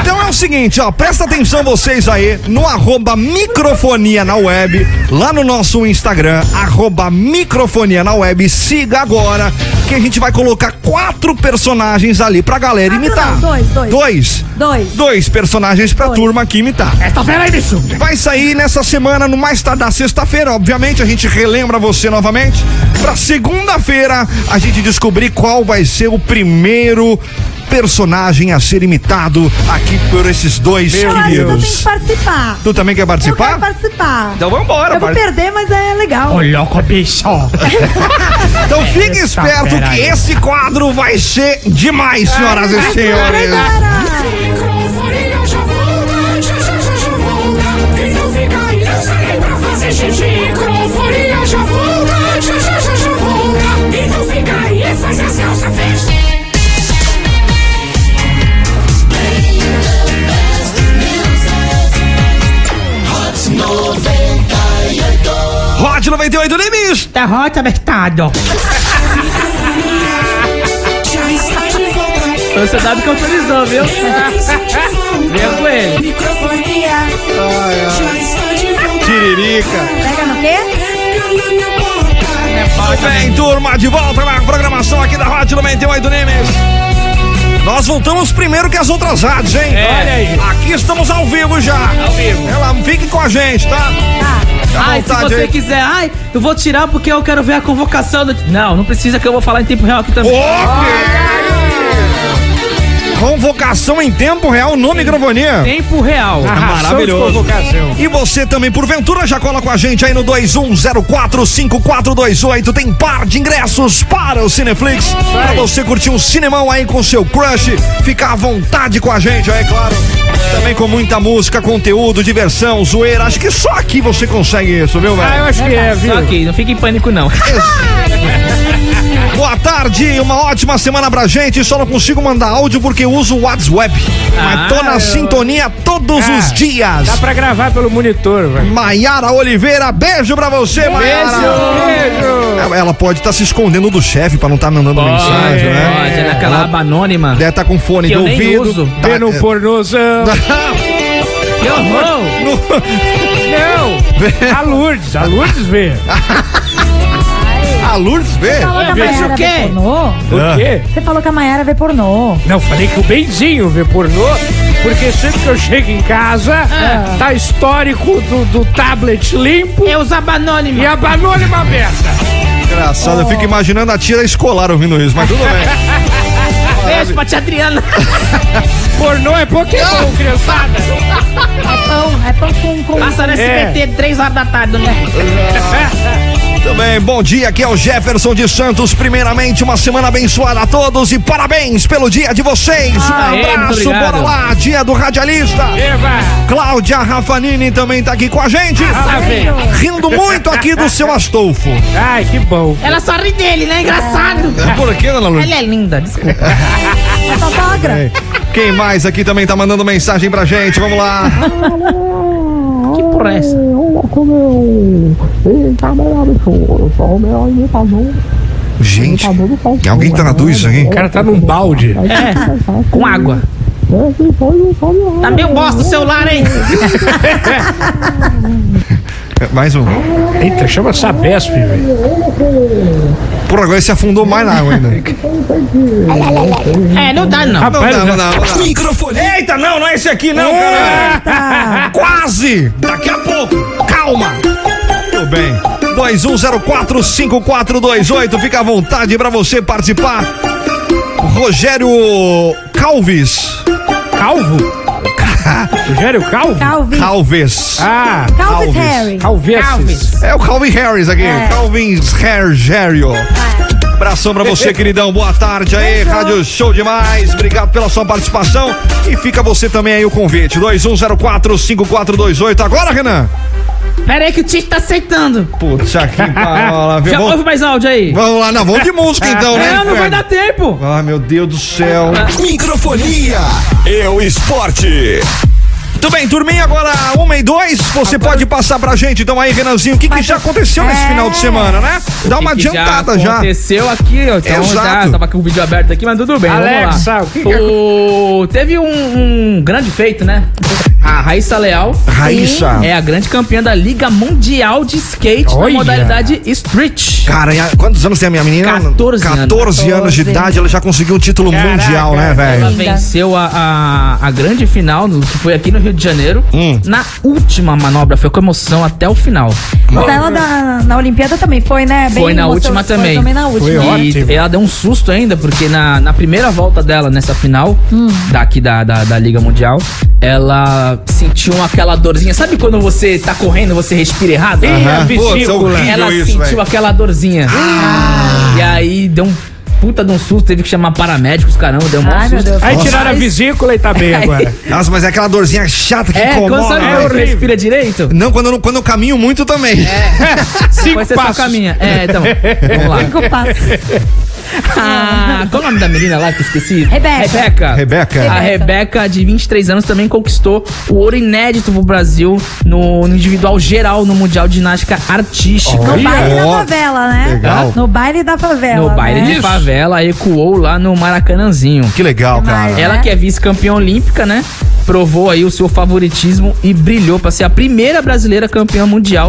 S2: Então é o seguinte, ó, presta atenção vocês aí no arroba microfonia na web, lá no nosso Instagram, arroba microfonia na web, siga agora, que a gente vai colocar quatro personagens ali pra galera imitar.
S5: não, dois, dois.
S2: Dois.
S5: Dois.
S2: Dois personagens pra turma aqui imitar.
S6: Esta fera é aí, bicho.
S2: Vai sair nessa semana, no mais tardar sexta-feira, obviamente, a gente relembra você novamente. Pra segunda-feira, a gente descobrir qual vai ser o primeiro personagem a ser imitado aqui por esses dois
S5: eu acho que eu tenho que
S2: queridos.
S5: participar.
S2: Tu também quer
S5: Eu quero
S2: participar?
S5: participar.
S2: Então vambora,
S5: Eu vou
S2: parte-
S5: perder, mas é legal.
S6: Ô, louco, bicho.
S2: Então fique
S6: Eita,
S2: esperto
S6: pera
S2: que
S6: aí.
S2: esse quadro vai ser demais, senhoras e senhores.
S10: Microfonia já volta, já já já já volta. E não fica aí, eu saí pra fazer xixi. Microfonia já volta, já já já já volta. E não fica aí, faz a salsa festa. Hot 98.
S2: Hot 98 Limes.
S6: Tá hot, abertado.
S10: Já está de volta.
S6: Então
S8: Sociedade que autorizou, viu? Mesmo ele.
S10: Microfonia. Já está de volta.
S2: Tiririca.
S5: Pega no quê?
S10: Pegando na porta.
S2: Bem, turma, de volta na programação aqui da Hot 98 Nimes. Nós voltamos primeiro que as outras rádios, hein?
S8: É. Olha aí.
S2: Aqui estamos ao vivo já. Ao vivo. Ela, fique com a gente, tá? Fica à
S8: Ai, se
S2: vontade
S8: você
S2: aí.
S8: quiser, ai, eu vou tirar porque eu quero ver a convocação do. Não, não precisa que eu vou falar em tempo real aqui também.
S2: Convocação em tempo real no microfonia.
S8: Tempo real.
S2: Maravilhoso. E você também, porventura, já cola com a gente aí no 21045428. Tem par de ingressos para o Cineflix. Pra você curtir um cinemão aí com seu crush. Ficar à vontade com a gente aí, claro. Também com muita música, conteúdo, diversão, zoeira. Acho que só aqui você consegue isso, viu, velho? É,
S8: Ah, eu acho que é, viu? Só aqui, não fique em pânico, não.
S2: Boa tarde, uma ótima semana pra gente. Só não consigo mandar áudio porque uso o WhatsApp.
S8: Ah,
S2: Mas tô na
S7: eu-
S2: sintonia todos
S8: É,
S7: Ah,
S2: os dias.
S7: Dá pra gravar pelo monitor, velho.
S2: Maiara Oliveira, beijo pra você, Maiara.
S7: Beijo.
S2: Ela- Ela pode estar se escondendo do chefe pra não estar mandando mensagem, né?
S8: Pode, é naquela aba anônima.
S2: Deve estar com fone
S8: Que
S2: de
S8: eu nem
S2: ouvido.
S8: uso.
S2: Tá-
S7: Vendo
S2: *laughs*
S7: um pornozão.
S8: Que horror!
S7: Não. A Lourdes, a Lourdes vê.
S2: a Lourdes vê.
S5: Ah,
S2: Ah.
S5: Falou que a
S7: Veja
S5: Maiara
S7: o quê?
S5: vê pornô?
S7: Por quê?
S5: Você falou que a Maiara vê pornô.
S7: Não, falei que o Benzinho vê pornô, porque sempre que eu chego em casa,
S8: Ah.
S7: tá histórico do, do tablet limpo
S8: Eu uso aba anônima.
S7: e a banônima aberta.
S2: Engraçado, eu fico imaginando a tia escolar ouvindo isso, mas tudo bem.
S8: *laughs* Beijo pra tia Adriana.
S7: *laughs* Pornô é Pokémon, criançada.
S5: É pão, é pão com... com...
S8: Passa no
S2: É.
S8: SBT, 3 horas da tarde, né?
S2: Também, bom dia, aqui é o Jefferson de Santos. Primeiramente, uma semana abençoada a todos e parabéns pelo dia de vocês.
S8: Aê,
S2: um
S8: muito
S2: abraço,
S8: obrigado.
S2: bora lá, dia do radialista.
S7: Eva.
S2: Cláudia Rafanini também tá aqui com a gente.
S7: Ah, velho.
S2: Rindo muito aqui do seu Astolfo.
S7: Ai, que bom.
S8: Ela só ri dele, né? Engraçado.
S2: É Por que, dona Lourdes?
S8: Ela é linda, desculpa.
S5: É sogra.
S2: É. Quem mais aqui também tá mandando mensagem pra gente? Vamos lá.
S8: Que porra é essa?
S2: Gente, alguém tá traduz isso aqui?
S7: O cara tá num balde.
S8: É, com água. Tá meio bosta o celular, hein?
S2: É, Mais um.
S7: Eita, chama Sabesp, velho.
S2: Por agora ele se afundou mais na água ainda.
S8: É, não dá, não.
S2: Não dá,
S7: Rapaz,
S2: não dá, não dá.
S13: Microfone.
S2: Eita, não, não é esse aqui não, cara. Quase. Daqui a pouco. Calma. Tudo bem. 21045428. Fica à vontade pra você participar. Rogério Calves. *laughs*
S7: Calvo? Rogério Calvo?
S5: Calvin.
S2: Calves.
S7: Ah,
S5: Calvis Harry.
S7: Calves.
S2: É o Calvin Harris aqui.
S5: É.
S2: Calvin Hergério. Abração pra você, queridão. Boa tarde aí, Rádio Show demais. Obrigado pela sua participação. E fica você também aí o convite. 21045428. Agora, Renan.
S8: Pera aí que o Tite tá aceitando.
S2: Putz, aqui, parola, viu?
S8: Já
S2: Vamos-
S8: ouve mais áudio aí.
S2: Vamos lá, não, vamos de música então, né?
S8: Não, não vai
S2: inferno?
S8: dar tempo.
S2: Ah, meu Deus do céu.
S13: Microfonia. Eu esporte.
S2: Tudo bem, turminha, agora uma e dois, você pode passar pra gente, então aí, Renanzinho, o que, que já aconteceu nesse final de semana, né? Dá uma
S8: é. que que
S2: adiantada já.
S8: Aconteceu aqui, ó. Então
S2: Exato.
S8: já tava com o vídeo aberto aqui, mas tudo bem. vamos
S7: Alexa,
S8: lá.
S7: o que que
S8: o... Teve um, um grande feito, né? A Raíssa Leal
S2: Raíssa.
S8: é a grande campeã da Liga Mundial de Skate
S2: Olha.
S8: na modalidade Street.
S2: Cara, e a- quantos anos tem a minha menina?
S8: 14 anos.
S2: 14 anos de
S8: 14.
S2: idade, ela já conseguiu um título mundial, né,
S8: Ela
S2: velho?
S8: venceu a, a, a grande final, no- que foi aqui no Rio de Janeiro.
S2: Hum.
S8: Na última manobra, foi com emoção até o final.
S5: Até lá na, Então na Olimpíada também foi, né? Bem
S8: Foi na
S5: emocionante.
S8: última
S5: Foi
S8: também.
S5: na última.
S8: e ela deu um susto ainda, porque na, na primeira volta dela, nessa final,
S5: Hum.
S8: daqui da, da, da Liga Mundial, ela sentiu uma- aquela dorzinha. Sabe quando você tá correndo e você respira errado?
S7: Ih, a Aham. vesícula. Putz, é horrível
S8: ela
S7: isso,
S8: sentiu
S7: velho. Ah!
S8: aquela dorzinha. E aí deu um puta de um susto, teve que chamar paramédicos, caramba, deu um maior susto.
S7: Aí tiraram a vesícula e tá bem agora.
S2: Nossa, mas é aquela dorzinha chata que
S8: É, quando
S2: incomoda.
S8: sabe quando
S2: velho.
S8: não respira direito? É.
S2: Não, quando eu, não- quando eu caminho muito também. *laughs*
S8: Cinco Você só
S2: passos.
S8: caminha. É, então. Vamos lá. *laughs*
S5: Cinco passos.
S8: Ah, qual é o nome da menina lá que eu esqueci?
S5: Rebeca.
S8: Rebeca.
S2: Rebeca.
S8: A Rebeca, de 23 anos, também conquistou o ouro inédito pro Brasil no, no individual geral no Mundial de Ginástica Artística.
S5: No baile da favela, né?
S8: Legal.
S5: No baile da favela.
S8: No baile
S5: né?
S8: de favela, ecoou lá no Maracanãzinho.
S2: Que legal, cara.
S5: né?
S8: Ela que é vice-campeã olímpica, né? Provou aí o seu favoritismo e brilhou pra ser a primeira brasileira campeã mundial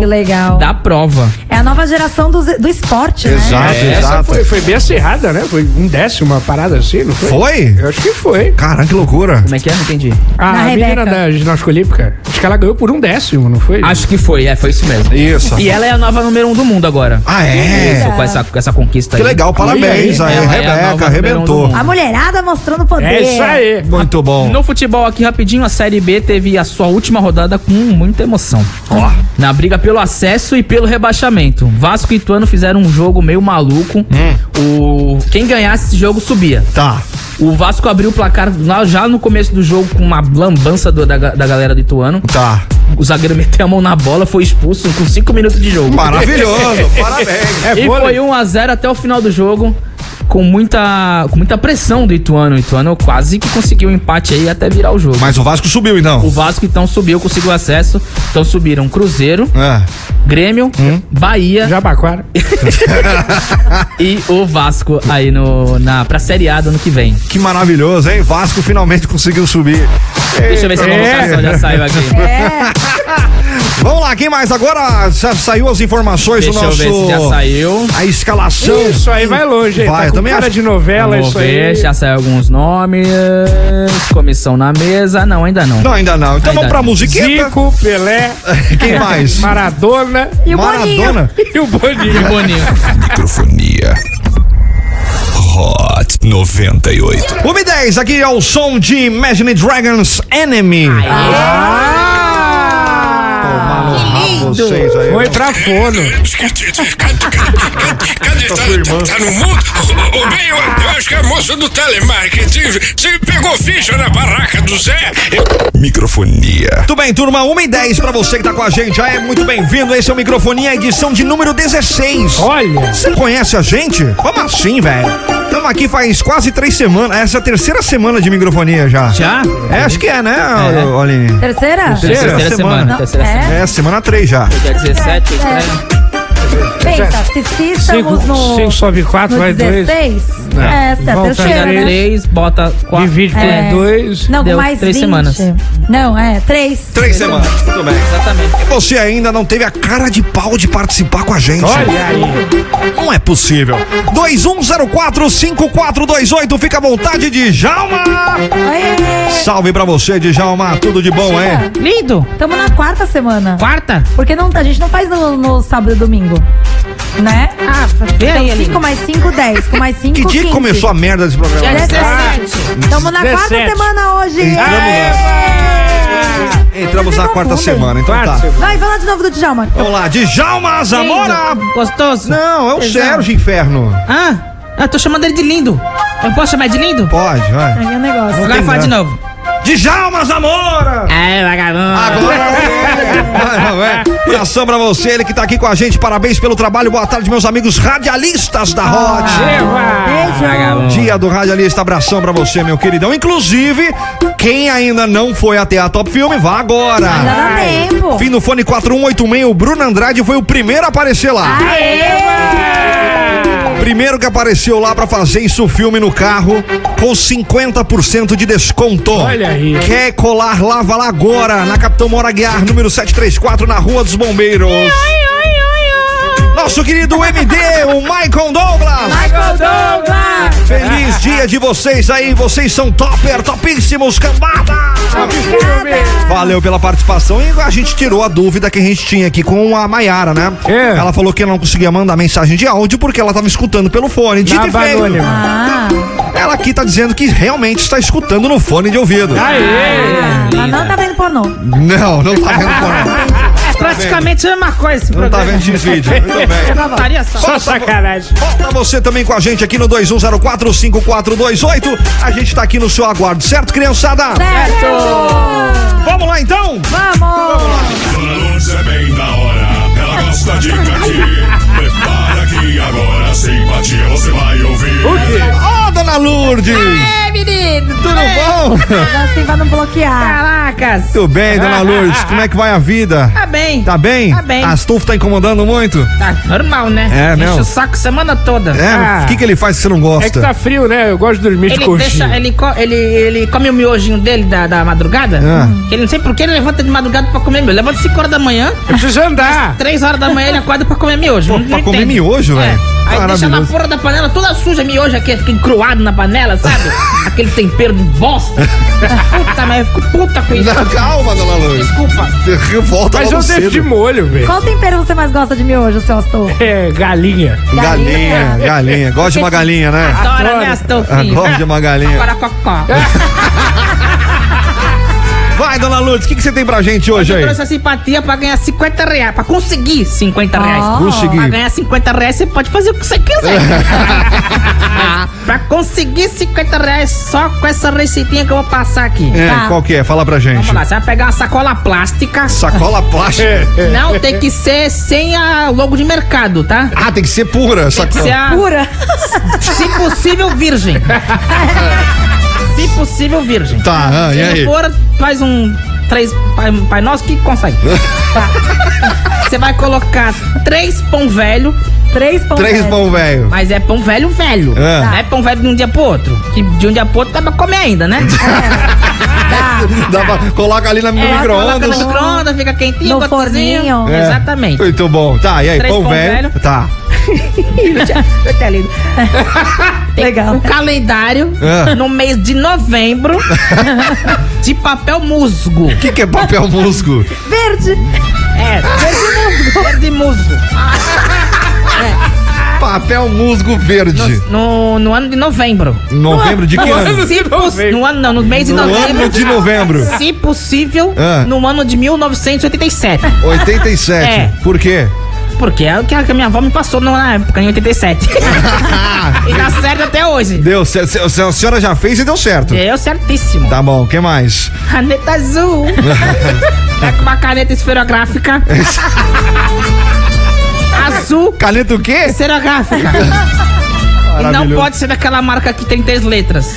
S8: da prova.
S5: É a nova geração do, do esporte, né?
S2: Exato,
S7: É, Essa
S2: exato.
S7: foi, foi bem acirrada, né? Foi um décimo, uma parada assim, não foi?
S2: Foi?
S7: Eu acho que foi.
S2: Caramba, que loucura.
S8: Como é que é? Não entendi.
S7: A
S8: Na
S7: menina
S8: Rebeca.
S7: da ginástica olímpica, acho que ela ganhou por um décimo, não foi?
S8: Acho que foi, é, foi isso mesmo.
S2: Isso.
S8: E ela é a nova número um do mundo agora.
S2: Ah, é?
S8: Isso, com essa, com essa conquista
S2: Que
S8: aí.
S2: legal, parabéns aí,
S8: Ela é a
S2: Rebeca,
S8: nova número um do
S2: arrebentou.
S8: mundo. É
S5: A mulherada mostrando poder.
S2: Muito bom.
S8: No futebol aqui rapidinho, a Série B teve a sua última rodada com muita emoção. Ó. Na briga pelo acesso e pelo rebaixamento. Vasco e Ituano fizeram um jogo meio maluco. O quem ganhasse esse jogo subia.
S2: Hum. Tá.
S8: O Vasco abriu o placar lá já no começo do jogo com uma lambança do- da, ga- da galera do Ituano.
S2: Tá.
S8: O zagueiro meteu a mão na bola, foi expulso com 5 minutos de jogo. *laughs*
S2: Maravilhoso, parabéns.
S8: e foi 1x0 até o final do jogo. Com muita, com muita pressão do Ituano. O Ituano quase que conseguiu o empate aí até virar o jogo.
S2: Mas o Vasco subiu então.
S8: O Vasco então subiu, conseguiu acesso. Então subiram Cruzeiro,
S2: É. Hum?
S8: Grêmio, Bahia.
S7: Jabaquara.
S8: *laughs* e o Vasco aí no, na, pra Série A do ano que vem.
S2: Que maravilhoso, hein? Vasco finalmente conseguiu subir.
S8: Deixa eu ver se a convocação já saiu aqui.
S2: Vamos lá, quem mais? Agora já saiu as informações
S8: Deixa
S2: do
S8: eu
S2: nosso.
S8: ver se já saiu.
S2: A escalação.
S7: Isso aí vai longe, hein?
S2: Vai,
S7: tá com
S2: também
S7: cara
S2: acho-
S7: de novela,
S8: Vamos
S7: isso
S8: ver,
S7: aí.
S8: já saiu alguns nomes. Comissão na mesa. Não, ainda não.
S2: Não, ainda não. Então
S8: Ainda
S2: vamos pra
S8: não.
S2: musiquinha.
S7: Zico, Pelé,
S2: *laughs* Quem mais?
S7: Maradona
S5: E o Boninho.
S2: Maradona.
S7: e o Boninho.
S8: E Boninho.
S7: *laughs*
S13: Microfonia. Hot 98.
S2: 1 e 10, aqui é o som de Imagine Dragons Enemy. Ah! Tomar no rabo vocês aí.
S14: né?
S7: Foi pra fono.
S14: Cadê? Tá, tá- tá no mundo? Ô, ô, bem, eu, eu acho que a moça do telemarketing se pegou ficha na barraca do Zé.
S13: Microfonia.
S2: Muito bem, turma, 1 e 10 pra você que tá com a gente. Ah, é muito bem-vindo. Esse é o Microfonia, edição de número 16.
S7: Olha.
S2: Você conhece a gente? Como assim, velho? Estamos aqui faz quase três semanas. Essa é a terceira semana de microfonia já.
S8: Já?
S2: É, acho que é, né,
S8: É.
S2: Aline?
S5: Terceira?
S2: Terceira
S8: Terceira
S2: semana.
S8: semana.
S2: Não,
S8: Terceira semana.
S2: É, semana 3 já.
S8: Dia 17, estranho.
S5: É. Pensa, se, se estamos no.
S7: 5 sobe 4,
S5: no
S7: vai 2.
S5: 16? É, essa é a
S7: Volta
S5: terceira,
S8: Tira
S5: né?
S8: 3, bota 4.
S7: Divide
S5: É.
S7: por 2.
S5: Não,
S8: Deu
S5: com mais
S8: três
S5: 20.
S8: semanas.
S5: Não, é, três.
S2: Três semanas. Tudo bem.
S8: Exatamente.
S2: E Você ainda não teve a cara de pau de participar com a gente.
S7: Olha aí.
S2: Não é possível. 21045428, fica à vontade, Djalma.
S5: Aê!
S2: Salve pra você, Djalma. Tudo de bom, é? hein?
S5: Chega.
S8: Lindo.
S5: Tá Tamo na quarta semana.
S8: Quarta?
S5: Porque não, a gente não faz no, no sábado e domingo. Né? Ah,
S8: vê aí,
S5: então,
S8: Aline.
S5: 5 mais 5, 10. Com mais 5,
S2: Que dia que começou a merda desse programa?
S5: Estamos na quarta
S7: 17.
S5: semana hoje.
S2: Entramos
S5: Aê!
S2: Entramos na quarta semana, então tá.
S5: Vai, vai lá de novo do Djalma.
S2: Vamos lá, Djalma Zamora!
S15: Gostoso.
S2: Não, é o Sérgio Inferno.
S15: Ah, eu tô chamando ele de lindo. Eu posso chamar de lindo?
S2: Pode, vai.
S5: Aí é negócio.
S15: Vai falar de novo.
S2: Djalma Zamora!
S15: É, vagabundo.
S2: é. Agora é. Abração pra você, ele que tá aqui com a gente. Parabéns pelo trabalho. Boa tarde, meus amigos radialistas da Hot. Dia do Radialista, abração pra você, meu queridão. Inclusive, quem ainda não foi até a Top Filme, vá agora.
S5: Ainda dá tempo.
S2: Fim do fone 4186, o Bruno Andrade foi o primeiro a aparecer lá. Primeiro que apareceu lá pra fazer isso filme no carro com 50% de desconto.
S7: Olha aí.
S2: Quer colar lá, vá lá agora na Capitão Mora Guiar, número 734, na Rua dos Bombeiros. Nosso querido MD, o Michael Douglas.
S7: Michael Douglas!
S2: Feliz dia de vocês aí, vocês são topper, topíssimos, cambada! Valeu pela participação e a gente tirou a dúvida que a gente tinha aqui com a Maiara, né?
S7: É.
S2: Ela falou que não conseguia mandar mensagem de áudio porque ela tava escutando pelo fone. Dito e feito.
S5: Ah,
S2: Ela aqui tá dizendo que realmente está escutando no fone de ouvido.
S7: Aê!
S5: mas não tá vendo pornô.
S2: Não, não tá vendo pornô.
S15: É, Praticamente a mesma coisa esse
S2: Não tá
S15: programa.
S2: vendo X-Vídeo.
S15: *laughs*
S2: Muito bem.
S15: Estaria só.
S7: Só sacanagem.
S2: Volta Tá você também com a gente aqui no 21045428. A gente tá aqui no seu aguardo, certo, criançada? Vamos lá então?
S5: Vamos!
S3: Balança bem da hora, ela gosta de cair. Prepara que agora, sem batia, você vai ouvir.
S2: Ô, dona Lourdes!
S10: É, menino!
S2: Tudo bom?
S5: Assim vai não bloquear.
S15: Caracas.
S2: Tudo bem,
S7: Ah,
S2: dona Lourdes? Como é que vai a vida?
S15: Tá bem.
S2: Tá bem?
S15: Tá bem.
S2: A Astolfo tá incomodando muito?
S15: Tá normal, né?
S2: É,
S15: Enche
S2: não.
S15: o saco semana toda.
S2: É,
S7: Ah.
S2: o que, que ele faz que você não
S7: É que
S2: gosta?
S7: tá frio, né? Eu gosto de dormir de
S15: Ele
S7: coxinha.
S15: deixa, ele, co- ele, ele come o miojinho dele da, da madrugada.
S2: Ah.
S15: Que ele não sei por que ele levanta de madrugada pra comer miojo. Levanta 5 horas da manhã,
S7: Eu preciso andar.
S15: 3 horas da manhã ele acorda pra comer miojo.
S2: Pô,
S15: Não-
S2: pra
S15: não
S2: comer
S15: entende.
S2: miojo,
S15: É.
S2: velho?
S15: Aí deixa na
S2: Maravilhoso.
S15: porra da panela toda suja, miojo aqui, fica encruado na panela, sabe?
S2: *laughs*
S15: Aquele tempero de bosta. Puta, mas eu fico puta com isso.
S2: Não, calma, dona Lourdes.
S15: Desculpa.
S2: Volta
S7: Mas eu
S2: logo
S7: deixo
S2: cedo.
S7: de molho, velho.
S5: Qual tempero você mais gosta de miojo, seu Astor?
S7: É, galinha.
S2: Galinha, galinha. Gosta de uma galinha, né?
S15: Adora,
S7: Adoro.
S15: né,
S2: Ah,
S15: Astolfinho?
S2: Gosta de uma galinha.
S15: Agora cocó.
S7: É.
S2: Vai, dona Lourdes, o que, que você tem pra gente hoje
S15: Eu
S2: aí?
S15: trouxe a simpatia pra ganhar 50 reais, pra conseguir 50 reais.
S5: Ó.
S2: Consegui.
S15: Pra ganhar 50 reais, você pode fazer o que você quiser.
S2: *laughs*
S15: Mas pra conseguir 50 reais só com essa receitinha que eu vou passar aqui.
S2: É,
S5: Tá.
S2: qual que é? Fala pra gente.
S15: assim, Vamos lá, você vai pegar uma sacola plástica.
S2: Sacola plástica.
S15: *laughs* Não, tem que ser sem a logo de mercado, tá?
S2: Ah, tem que ser pura.
S15: Tem que ser
S2: Sacola.
S15: a,
S5: Pura.
S15: se possível,
S2: *laughs*
S15: virgem. se possível, virgem.
S2: Tá, ah,
S15: Se
S2: e
S15: não
S2: aí?
S15: for, faz um. Três pai, pai nosso que consegue. Tá. Você vai colocar três pão velho,
S5: Três pão
S2: Três
S5: velho.
S2: bom velho.
S15: mas é pão velho velho.
S2: É.
S15: Não é pão velho de um dia pro outro. Que de um dia pro outro dá pra comer ainda,
S2: *laughs*
S15: né?
S2: Dá pra- coloca ali na, no
S15: É, coloca no
S2: micro-ondas.
S15: micro-ondas, fica quentinho,
S5: No
S15: gostosinho.
S5: forninho. *laughs*
S15: Então,
S2: É.
S15: Exatamente.
S2: Muito bom. Tá, e aí?
S15: Três
S2: Pão,
S15: pão
S2: velho.
S15: velho.
S2: Tá.
S15: Eu até *laughs* lido.
S5: Tá Legal.
S15: O um calendário
S2: É.
S15: no mês de novembro
S8: *laughs*
S15: de papel musgo.
S2: O que, que é papel musgo?
S5: Verde.
S15: É, verde musgo. Verde musgo. É.
S2: papel musgo verde.
S15: No, no ano de novembro.
S2: Novembro de que ano?
S15: Se poss- No ano não, no mês de
S2: No
S15: novembro.
S2: ano de novembro.
S15: Se possível,
S2: Ah.
S15: no ano de 1987. *laughs*
S2: 87.
S15: É.
S2: Por quê?
S15: Porque é o que a que a minha avó me passou na época, em 87.
S2: *laughs*
S15: e tá certo até hoje.
S2: Deu certo. Se- se- A senhora já fez e deu certo.
S15: Deu certíssimo.
S2: Tá bom, o que mais?
S15: Caneta
S2: *laughs*
S15: azul. Pega uma caneta esferográfica. azul
S2: Caneta o quê?
S15: esferográfica. E não pode ser daquela marca que tem três letras.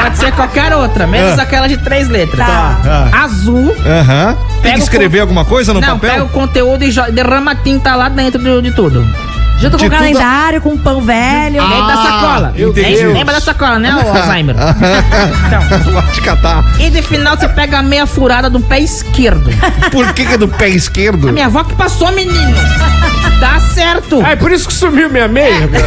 S15: pode ser qualquer outra, menos
S2: Ah.
S15: aquela de três letras.
S2: Tá. Ah.
S15: Azul.
S2: Aham. Tem
S15: Pega
S2: que
S15: o
S2: escrever alguma coisa no
S15: não, pega
S2: papel?
S15: o
S2: *laughs*
S15: conteúdo e jo- derrama tinta lá dentro do- de, tudo.
S5: Junto com
S2: De
S5: o
S2: tudo a-
S5: calendário,
S15: um
S5: com o pão velho.
S15: dentro da sacola.
S2: Tipo, Ah, meu
S15: Lem-
S2: Deus.
S15: Lembra da sacola, né,
S2: *laughs*
S15: o Alzheimer? então.
S2: Pode catar.
S15: E de final você pega a meia furada do pé esquerdo.
S2: Por que, que é do pé esquerdo?
S15: Minha avó que passou, menino. Dá certo.
S7: Ah, é por isso que sumiu minha meia. velho.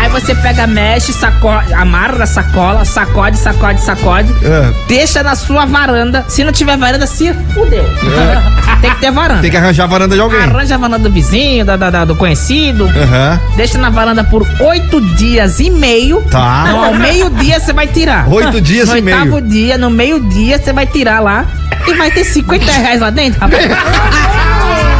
S15: Aí
S8: você pega, mexe, sacode, amarra a sacola, sacode, sacode, sacode.
S2: Ah.
S8: Deixa na sua varanda. Se não tiver varanda, se fudeu.
S2: É.
S8: Tem que ter varanda.
S2: Tem que arranjar a varanda de alguém.
S8: Arranja a varanda do vizinho, da, da- da- do conhecido.
S2: Aham.
S8: Deixa na varanda por oito dias e meio.
S2: Tá.
S8: Não, ao meio-dia você vai tirar.
S2: Oito dias
S8: No
S2: e meio.
S8: oitavo dia, no meio-dia você vai tirar lá. E vai ter 50 reais lá dentro, rapaz.
S2: *laughs*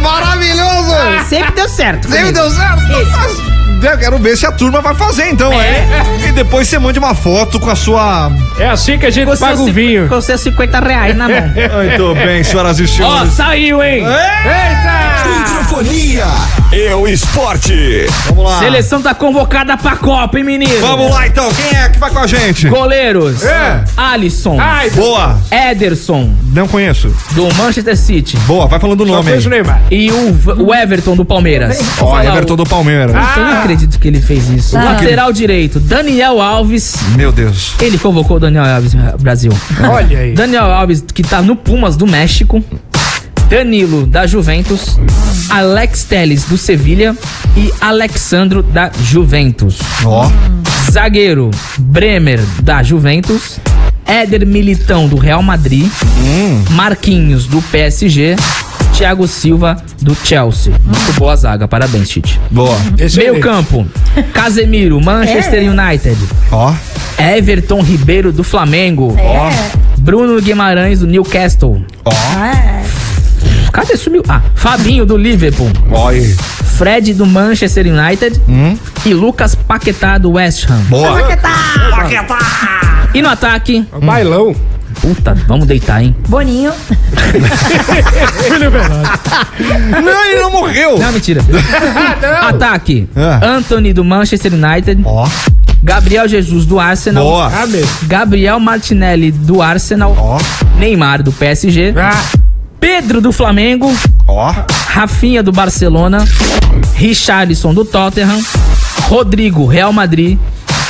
S2: Maravilhoso!
S8: Sempre deu certo. comigo.
S2: Sempre deu certo? tá Eu quero ver se a turma vai fazer, então, é. E depois você mande uma foto com a sua.
S7: É assim que a gente
S8: Com
S7: paga
S8: seus
S7: o vinho.
S8: Com seus 50 reais na mão.
S2: *laughs* Muito bem, senhoras e senhores.
S7: saiu, hein?
S13: Microfonia e o esporte.
S2: Vamos lá.
S8: Seleção tá convocada pra Copa, hein, menino?
S2: Vamos lá, então. Quem é que vai com a gente?
S8: Goleiros.
S2: É.
S8: Alisson.
S7: Ai,
S2: Boa.
S8: Ederson,
S2: Não conheço.
S8: do Manchester City.
S2: Boa, vai falando o nome aí.
S7: Beijo, Neymar.
S8: E o, V- o Everton, do Palmeiras. Vou
S2: Ó,
S8: falar
S2: Everton
S8: o-
S2: do Palmeiras.
S8: Eu
S7: Ah.
S8: não acredito que ele fez isso.
S5: Ah.
S8: Lateral direito, Daniel Alves.
S2: Meu Deus.
S8: Ele convocou o Daniel Alves, Brasil.
S7: Olha aí.
S8: Daniel Alves, que tá no Pumas do México. Danilo, da Juventus. Alex Teles, do Sevilha. E Alexandro, da Juventus.
S2: Ó.
S8: Zagueiro, Bremer, da Juventus. Éder Militão, do Real Madrid.
S2: Hum.
S8: Marquinhos, do PSG. Thiago Silva, do Chelsea. Muito boa zaga, parabéns, Tite.
S2: Boa.
S8: Meio campo, Casemiro, Manchester United.
S2: Ó.
S8: Everton Ribeiro, do Flamengo.
S2: Ó.
S8: Bruno Guimarães, do Newcastle.
S2: Ó.
S8: Cadê? Sumiu. Ah, Fabinho, do Liverpool.
S2: Ó. aí. Hum.
S8: Fred, do Manchester United. E Lucas Paquetá, do West Ham.
S2: Boa. É um
S8: E no ataque...
S7: Bailão.
S8: Puta, vamos deitar, hein?
S5: Boninho.
S2: Não, ele não morreu.
S8: Não,
S2: *laughs*
S8: mentira. Ataque.
S2: Ah.
S8: Anthony tá. do Manchester United.
S2: Ó.
S8: Gabriel Jesus do Arsenal.
S2: Boa.
S7: Ah, mesmo.
S8: Gabriel Martinelli do Arsenal.
S2: Ó.
S8: Neymar do PSG.
S7: Ah.
S8: Pedro do Flamengo.
S2: Ó.
S8: Rafinha do Barcelona. Richarlison do Tottenham. Rodrigo, Real Madrid.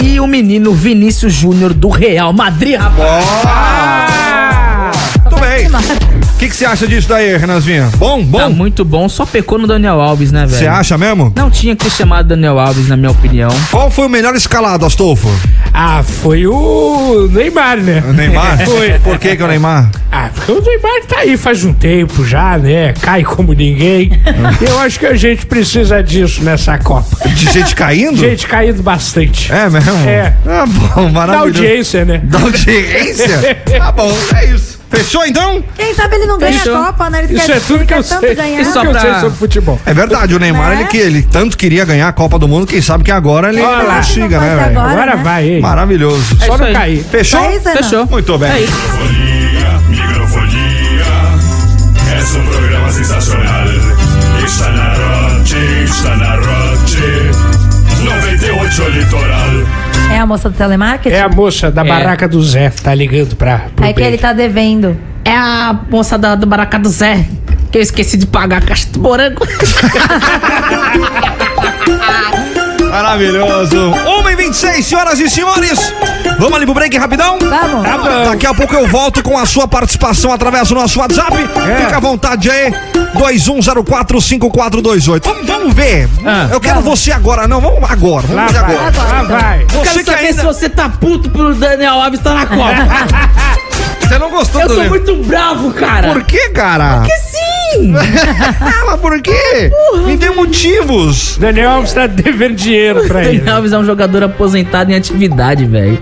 S8: E o menino Vinícius Júnior do Real Madrid, rapaz.
S2: Ó. Tudo bem. O que que você acha disso daí, Renanzinha? Bom,
S8: Tá
S2: bom.
S8: muito bom. Só pecou no Daniel Alves, né, velho?
S2: Você acha mesmo?
S8: Não tinha que ter chamado Daniel Alves, na minha opinião.
S2: Qual foi o melhor escalado, Astolfo?
S7: Ah, foi o Neymar, né?
S2: O Neymar?
S7: Foi.
S2: Por que que o Neymar?
S7: Ah, porque o Neymar tá aí faz um tempo já, né? Cai como ninguém. Eu acho que a gente precisa disso nessa Copa.
S2: Hum. De gente caindo?
S7: Gente caindo bastante.
S2: É mesmo?
S7: É.
S2: Ah, bom,
S7: Da
S2: maravilhoso.
S7: audiência, né?
S2: Da
S7: *laughs*
S2: audiência? tá bom, é isso. Fechou então?
S5: Quem sabe ele não ganha
S8: Fechou.
S5: a Copa, né? Ele
S7: Isso
S5: quer,
S7: é tudo
S5: ele
S7: que
S5: quer
S7: eu
S5: tanto
S7: sei.
S5: ganhar.
S7: Isso é que eu
S8: pra-
S7: sei sobre futebol.
S2: É verdade, o Neymar,
S5: Né?
S2: ele, que, ele tanto queria ganhar a Copa do Mundo, quem sabe que agora ele
S7: Olha lá.
S2: consiga, né,
S5: Não faz
S2: velho?
S5: agora.
S7: Agora
S5: né?
S7: vai, hein?
S2: Maravilhoso.
S8: É
S7: Só
S8: isso
S7: não
S8: aí.
S7: cair.
S2: Fechou?
S5: Tá aí, Zé?
S8: Fechou.
S2: Muito bem.
S8: É isso.
S13: Microfonia, microfonia. Es un programa sensacional. Está na Roche, está na Roche. 98 Litoral.
S5: É a moça do telemarketing?
S7: É a moça da
S8: É.
S7: barraca do Zé que tá ligando pra. pro
S5: Aí que ele
S7: Pedro.
S5: tá devendo.
S8: É a moça da, do Baracá do Zé. Que eu esqueci de pagar a caixa do morango.
S2: Maravilhoso. 1h26, senhoras e senhores. Vamos ali pro break rapidão? Tá
S5: Vamos.
S2: Daqui a pouco eu volto com a sua participação através do nosso WhatsApp.
S7: É.
S2: Fica à vontade aí. 21045428. Vamos, vamos ver.
S7: Ah.
S2: eu quero você agora, não. Vamos agora.
S7: Lá
S2: Vamos ver
S7: vai.
S2: agora.
S7: Lá vai.
S8: Eu
S2: Ah, Você
S8: quero
S2: que
S8: saber se
S2: ainda.
S8: você tá puto pro Daniel Alves tá na Copa.
S2: *laughs* Você não gostou
S8: eu
S2: do
S8: tô
S2: livro?
S8: muito bravo, cara.
S2: Por que, cara?
S8: que
S2: *laughs*
S8: sim?
S2: Ah, mas por quê? Me dê motivos.
S7: Daniel Alves tá devendo dinheiro pra ele.
S8: Daniel Alves é um jogador aposentado em atividade, velho.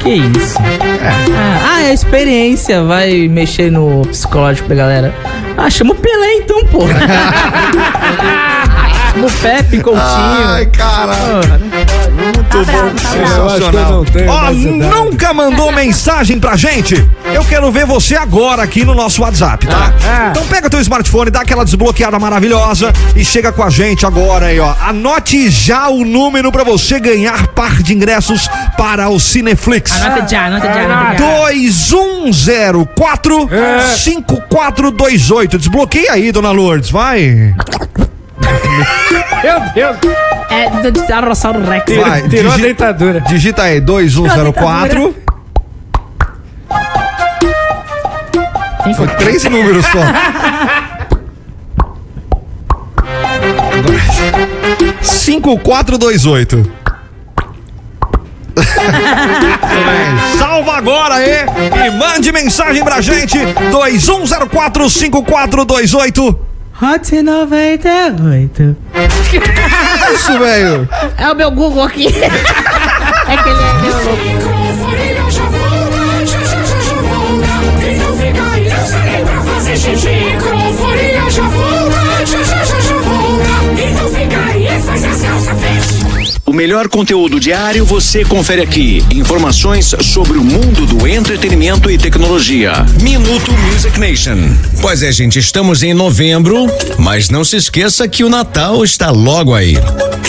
S8: Que isso? Ah, ah, é experiência. Vai mexer no psicológico da galera. Ah, chama o Pelé então,
S2: *laughs*
S8: pô. no Pepe, Coutinho.
S2: Ai, cara.
S5: Tá bravo, tá bravo.
S7: Eu acho que eu não tenho
S2: Ó,
S7: mais
S8: *laughs*
S7: idade.
S2: nunca mandou mensagem pra gente? Eu quero ver você agora aqui no nosso WhatsApp,
S7: Ah,
S2: tá?
S7: ah.
S2: Então pega teu smartphone, dá aquela desbloqueada maravilhosa e chega com a gente agora aí, ó. Anote já o número pra você ganhar par de ingressos para o Cineflix.
S15: Ah,
S7: É
S8: Anota já, anota já,
S2: Ah,
S8: anota já.
S2: 2104 5428. Desbloqueia aí, dona Lourdes, vai.
S7: Meu Deus.
S8: É do Tiranossauro Rex.
S2: Vai.
S7: Tirou, tirou a
S2: digi-
S7: deitadura.
S2: Digita aí 2104. Foi três números só. Cinco, quatro, dois, oito. Salva agora aí e mande mensagem pra gente: 21045428.
S8: *laughs*
S15: Hot 98.
S2: Isso, velho.
S15: É o meu Google aqui. É que ele é meu louco.
S10: Microfonia já volta, já já já já volta. Quem não fica aí, eu serei pra fazer xixi. Microfonia já volta, já já já já volta. Quem não fica aí, é faz as calças fez.
S16: O melhor conteúdo diário você confere aqui. Informações sobre o mundo do entretenimento e tecnologia. Minuto Music Nation.
S17: Pois é, gente, estamos em novembro, mas não se esqueça que o Natal está logo aí.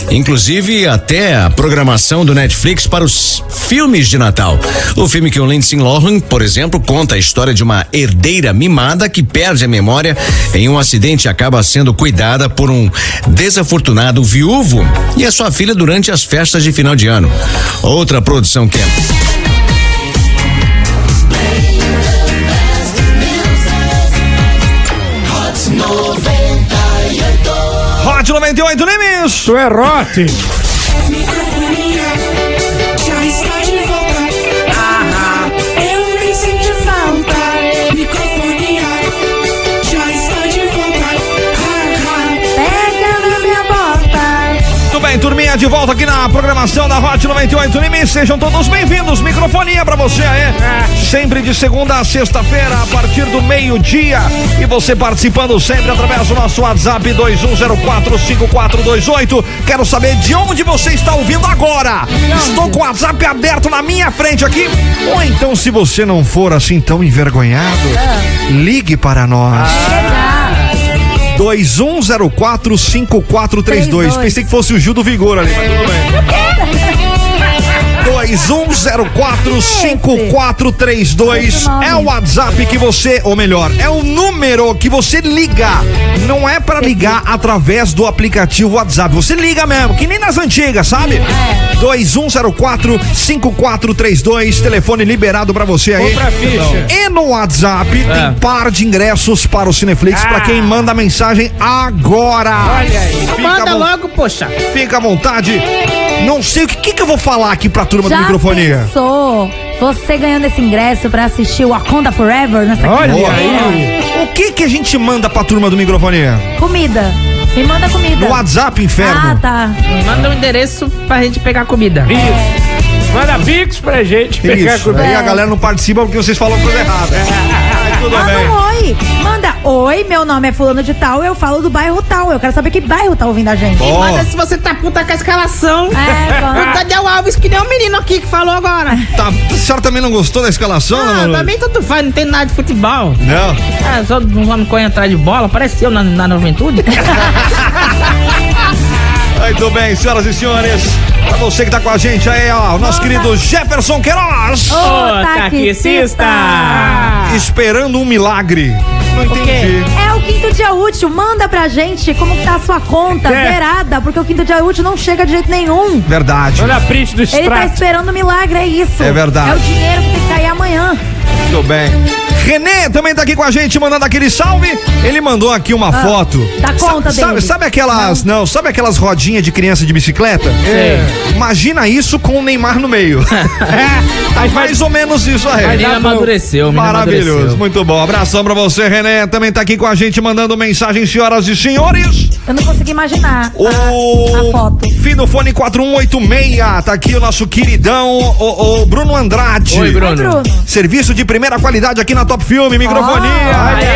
S17: Inclusive, até a programação do Netflix para os filmes de Natal. O filme que o Lindsay Lohan, por exemplo, conta a história de uma herdeira mimada que perde a memória em um acidente e acaba sendo cuidada por um desafortunado viúvo e a sua filha durante as festas de final de ano. Outra produção que é
S2: Hot 98 Nimes.
S7: Tu é rote.
S10: Já está de volta. Eu nem senti falta. Microfonia já está de volta.
S5: Pega na minha bota.
S2: Tudo bem, turminha, de volta aqui na programação da Hot 98 Nimes. Sejam todos bem-vindos. Microfonia pra você aí.
S7: É.
S2: Sempre de segunda a sexta-feira, a partir do meio-dia. E você participando sempre através do nosso WhatsApp 21045428. Quero saber de onde você está ouvindo agora. Estou com o WhatsApp aberto na minha frente aqui. Ou então, se você não for assim tão envergonhado, ligue para nós. 21045432. Pensei que fosse o Gil do Vigor ali, mas tudo um bem. 21045432 é o WhatsApp que você, ou melhor, é o número que você liga. Não é pra ligar através do aplicativo WhatsApp. Você liga mesmo, que nem nas antigas, sabe?
S15: É.
S2: 21045432, telefone liberado pra você aí.
S7: Compra a ficha.
S2: E no WhatsApp tem par de ingressos para o Cineflix pra quem manda mensagem agora.
S15: Olha aí.
S2: Fica à
S15: Manda
S2: vo-
S15: logo, poxa.
S2: Fica à vontade. Não sei o que, que, que eu vou falar aqui pra turma
S5: Já
S2: do microfonia.
S5: pensou você ganhando esse ingresso pra assistir o Aconda Forever nessa
S2: Olha
S5: quinta-feira?
S2: aí. O que que a gente manda pra turma do microfonia?
S5: *laughs* Comida. Me manda comida.
S2: No WhatsApp, inferno.
S5: Ah, tá.
S15: Manda um endereço pra gente pegar comida.
S7: Isso. Manda pix pra gente. pegar
S2: Isso.
S7: com-
S2: Aí a galera não participa porque vocês falam coisa errada. Mas tudo
S5: Manda
S2: bem.
S5: um oi. Manda oi, meu nome é fulano de tal, eu falo do bairro tal. Eu quero saber que bairro tá ouvindo a gente.
S15: E manda se você tá puta com a escalação.
S5: É,
S15: O
S5: manda.
S15: Daniel Alves, que nem o menino aqui que falou agora.
S2: Tá, a senhora também não gostou da escalação, dona
S15: Ah,
S2: Lourdes?
S15: pra mim tanto faz, não tem nada de futebol.
S2: Não.
S15: Ah, só um homem corre atrás de bola, parece eu na, na juventude.
S2: *laughs* Muito bem, senhoras e senhores. Pra você que tá com a gente aí, ó, o nosso querido Jefferson Queiroz.
S5: Ô, taxista.
S2: Esperando um milagre. Não entendi.
S5: É o quinto dia útil. Manda pra gente como que tá a sua conta
S2: É.
S5: zerada, porque o quinto dia útil não chega de jeito nenhum.
S2: Verdade.
S7: Olha a print do
S5: Ele tá
S7: extrato.
S5: esperando um milagre, é isso.
S2: É verdade.
S5: É o dinheiro que tem que cair amanhã.
S2: Muito bem. Renê também tá aqui com a gente, mandando aquele salve. Ele mandou aqui uma
S5: Ah,
S2: foto.
S5: dá conta
S2: sabe,
S5: dele.
S2: Sabe aquelas. Não. sabe aquelas rodinhas de criança de bicicleta?
S7: É.
S2: Imagina isso com o Neymar no meio. é, tá mais ou menos isso aí.
S8: A menina
S2: Tá bom.
S8: amadureceu, a menina
S2: Maravilhoso,
S8: amadureceu.
S2: muito bom. Abração pra você, Renê. Também tá aqui com a gente, mandando mensagem, senhoras e senhores.
S5: Eu não consegui imaginar
S2: O
S5: a, a foto.
S2: Finofone 4186, tá aqui o nosso queridão, o, o Bruno Andrade.
S8: Oi, Bruno.
S5: Bruno.
S2: Serviço de primeira qualidade aqui na Top Filme, microfonia.
S5: Ah.
S8: Ah,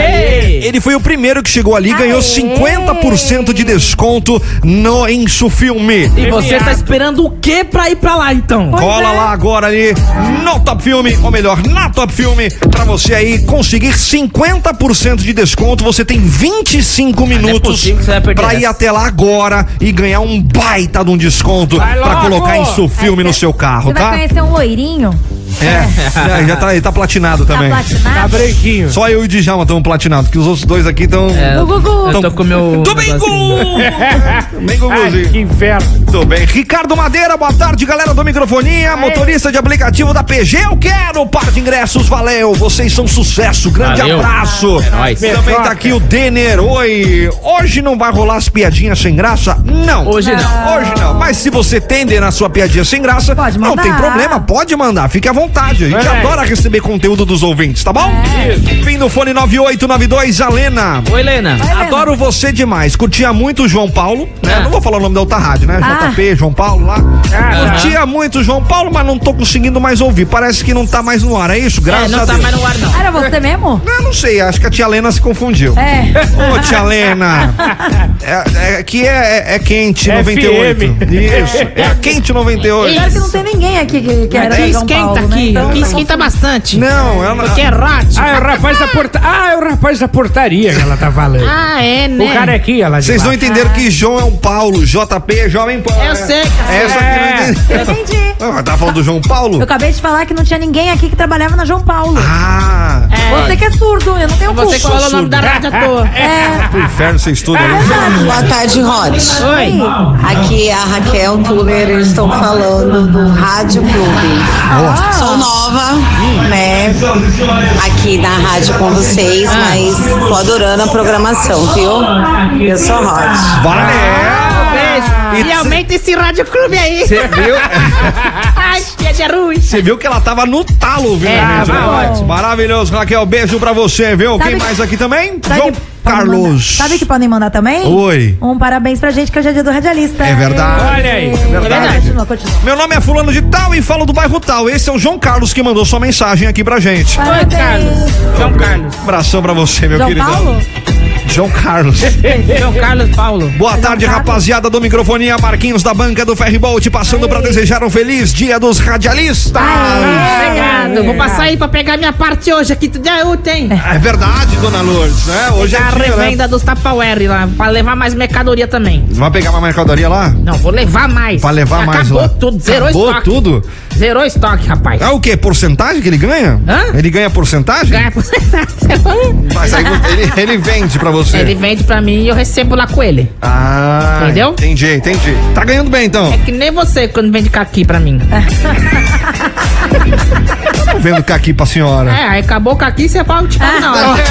S2: Ele foi o primeiro que chegou ali e ganhou 50% de desconto no Insufilme.
S8: E você tá esperando o quê pra ir pra lá, então?
S2: Cola
S5: é.
S2: lá agora ali no Top Filme, ou melhor, na Top Filme, pra você aí conseguir 50% de desconto. Você tem 25 minutos
S8: Ah, é possível que você vai perder
S2: pra ir
S8: essa.
S2: até lá agora e ganhar um baita de um desconto
S7: Vai
S2: pra
S7: logo!
S2: colocar Insufilme no seu carro,
S5: Você vai
S2: tá?
S5: conhecer um loirinho?
S2: É, é, já tá, ele tá platinado também.
S5: platinado? Tá
S2: branquinho. Só eu e o Djalma estamos platinados, que os outros dois aqui estão.
S8: É, eu tô com o meu.
S2: *laughs* Domingo Music. Que inferno. Tudo bem. Ricardo Madeira, boa tarde, galera do Microfonia. Motorista de aplicativo da PG, eu quero. Par de ingressos, valeu. Vocês são sucesso. Grande
S8: Valeu.
S2: abraço.
S8: É nóis.
S2: Também tá aqui o Denner. Oi. Hoje não vai rolar as piadinhas sem graça? Não. Hoje não. Hoje não. Mas se você tem Denner, a sua piadinha sem graça, não tem problema, pode mandar. Fique à vontade. A
S13: É.
S2: gente adora receber conteúdo dos ouvintes, tá bom? Fim do fone 9892, Alena.
S8: Oi, Helena.
S2: Adoro você demais. Curtia muito o João Paulo, né? Não vou falar o nome da outra rádio, né?
S13: Ah.
S2: JP, João Paulo lá.
S13: Ah.
S2: Curtia muito o João Paulo, mas não tô conseguindo mais ouvir. Parece que não tá mais no ar, é isso? Graças a Deus.
S5: não. tá Era você mesmo?
S2: Eu não sei, acho que a tia Lena se confundiu.
S5: É.
S2: Ô,
S5: *laughs*
S2: tia Lena. É, é, que é, é, é quente
S5: FM.
S2: 98. Isso. É a quente 98.
S5: Pior que não tem ninguém aqui que, que era
S15: Aqui
S5: de São
S15: esquenta
S5: Paulo, né?
S15: aqui,
S5: Então,
S15: aqui
S5: tá
S15: esquenta bastante.
S2: Não, ela-
S15: Porque é rádio.
S7: Ah, é o rapaz da porta... Ah, é o rapaz da portaria que ela tá falando.
S15: Ah, é, né?
S7: O cara aqui, ela
S2: Vocês não entenderam
S5: Ah.
S2: que João é um Paulo, JP é Jovem Paulo.
S15: Eu sei, cara.
S2: É, Essa que eu não entendi. Ah, Tá falando do João Paulo?
S5: É, Eu acabei de falar que não tinha ninguém aqui que trabalhava na João Paulo.
S2: Ah!
S5: Você que é surdo, eu não tenho
S15: Você que
S5: culpa.
S15: falou o nome da rádio à toa.
S5: É.
S2: Pro inferno você estuda aí.
S18: Boa tarde, Rod.
S15: Oi.
S18: Aqui é a Raquel Tuller, eu estou falando do Rádio Clube.
S2: Ó.
S18: Sou nova, né? Aqui na rádio com vocês,
S5: Ah.
S18: mas tô adorando a programação, viu? Eu sou Rod.
S15: Beijo. E aumenta esse rádio clube aí.
S2: Você viu?
S15: *laughs* Ai, que é ruim.
S2: Você viu que ela tava no talo ouvindo
S15: É,
S2: a gente,
S15: tá
S2: né? Maravilhoso, Raquel. Beijo pra você, viu?
S5: Sabe
S2: Quem
S5: que-
S2: mais aqui também?
S5: sabe
S2: João
S5: que podem
S2: Carlos.
S5: mandar- Sabe que podem mandar também?
S2: Oi.
S5: Um parabéns pra gente que hoje é dia do radialista.
S2: É verdade.
S5: Olha aí.
S2: É verdade.
S5: Continua, continua.
S2: Meu nome é Fulano de Tal e falo do bairro Tal. Esse é o João Carlos que mandou sua mensagem aqui pra gente.
S5: Parabéns.
S2: João Carlos. Abração pra você, meu
S15: João
S2: queridão.
S15: Paulo?
S2: João Carlos.
S15: João Carlos Paulo.
S2: Boa tarde, rapaziada do Microfonia. Marquinhos da banca do Ferribolt passando pra desejar um feliz dia dos radialistas.
S15: Obrigado. Vou passar aí pra pegar minha parte hoje aqui. Tudo é útil, hein?
S2: É verdade, dona Lourdes, né? Hoje
S15: a
S2: é dia, né?
S15: Tá revenda dos Tupperware lá, pra levar mais mercadoria também.
S2: Vai pegar uma mercadoria lá?
S15: Não, vou levar mais.
S2: Vai levar
S15: Acabou
S2: mais lá.
S15: tudo, zerou
S2: Acabou
S15: estoque. *laughs*
S2: tudo?
S15: Zerou estoque, rapaz.
S2: É o quê? Porcentagem que ele ganha?
S15: Hã?
S2: Ele ganha porcentagem?
S15: Ganha porcentagem.
S2: Mas aí ele, ele vende pra você.
S15: Ele vende pra mim e eu recebo lá com ele.
S2: Ah,
S15: Entendeu?
S2: Entendi, entendi. Tá ganhando bem então.
S15: É que nem você quando vende caqui pra mim. É.
S2: Tá vendo caqui pra senhora.
S15: *laughs* É, aí acabou o caqui, você "Tipo, pode te pagar na hora.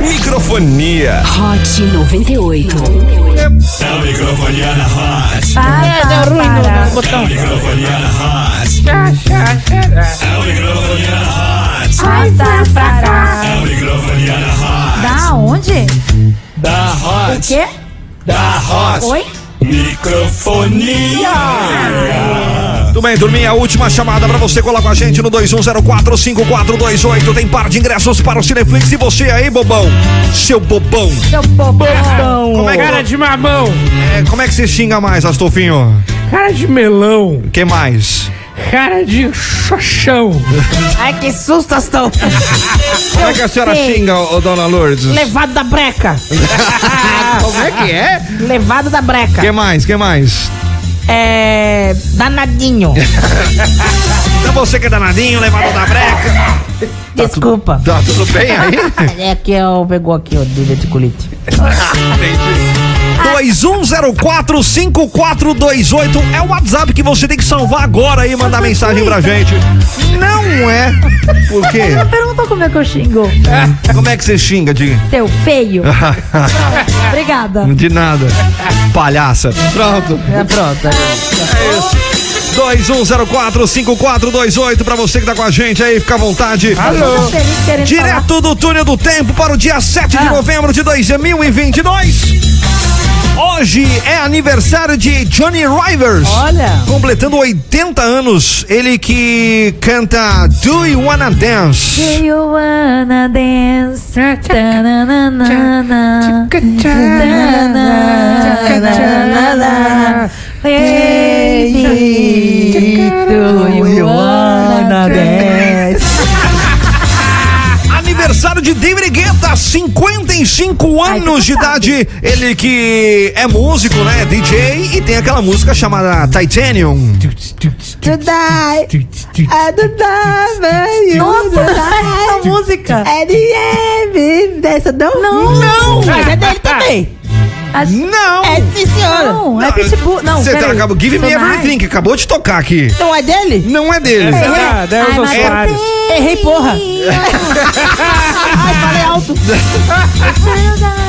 S12: Microfonia.
S1: Hot 98.
S13: Tá microfonia na Hot.
S10: é
S1: Ah,
S15: deu ruim no- no
S13: Tá
S15: botão.
S13: microfonia na Hot. Tá microfonia na Hot.
S5: Ai, sai pra cá.
S13: Tá microfonia na Hot.
S5: Da onde?
S13: Da
S5: O
S13: Hot.
S5: quê?
S13: Da Hot.
S5: Oi?
S13: Microfonia.
S2: Tudo bem, turminha? A última chamada pra você colar com a gente no 21045428. Tem par de ingressos para o Cineflix. E você aí, bobão? Seu bobão.
S5: Seu bobão.
S2: Como é que-
S7: Cara de mamão.
S2: É, como é que você xinga mais, Astolfinho?
S7: Cara de melão.
S2: que mais?
S7: Cara de xoxão.
S15: *laughs* Ai, que susto,
S2: *laughs*
S15: Astão.
S2: Como é que a senhora
S15: sei.
S2: xinga, ô, dona Lourdes?
S15: Levado da breca.
S2: Como é que é?
S15: Levado da breca.
S2: que mais? que mais?
S15: É.
S2: *laughs*
S15: Danadinho.
S2: Então você que *laughs* é danadinho, levado da breca.
S15: Desculpa.
S2: Tá tudo bem aí?
S10: *laughs*
S15: É que eu pegou aqui, ó, do reticulite.
S2: *laughs* 21045428 é o WhatsApp que você tem que salvar agora e mandar mensagem pra gente. Não é. Por quê?
S5: Ela perguntou como é que eu xingo.
S2: Como é que você xinga, de?
S5: Seu feio. Obrigada.
S2: *laughs* De nada. Palhaça. Pronto.
S15: É pronto.
S2: 21045428 pra você que tá com a gente aí, fica à vontade.
S5: Tô feliz querendo falar.
S2: Direto do túnel do tempo para o dia 7
S10: Ah.
S2: de novembro de 2022. Hoje é aniversário de Johnny Rivers.
S15: Olha.
S2: Completando 80 anos, ele que canta Do You Wanna Dance?
S5: Do you wanna dance? Tananana. Tananana. Baby, do you wanna dance?
S2: Aniversário de David Guetta, 51 tem cinco anos de idade. Ele que é músico, né? DJ e tem aquela música chamada Titanium. tá,
S10: Today,
S2: É
S10: I don't know
S5: Nossa, tá essa música.
S10: É de Eve. Dessa não? Não,
S5: não.
S10: Mas é dele também.
S2: Não.
S10: É sim, senhora.
S5: Não, é Pitbull. Não,
S2: Você tá
S5: peraí.
S2: acabou. Give me
S5: Sonai?
S2: everything. que Acabou de tocar aqui.
S10: Não é dele?
S2: Não é dele.
S10: É,
S7: Ah, daí os
S10: Ai,
S7: Soares.
S10: Errei, porra. *laughs* Ai, falei alto.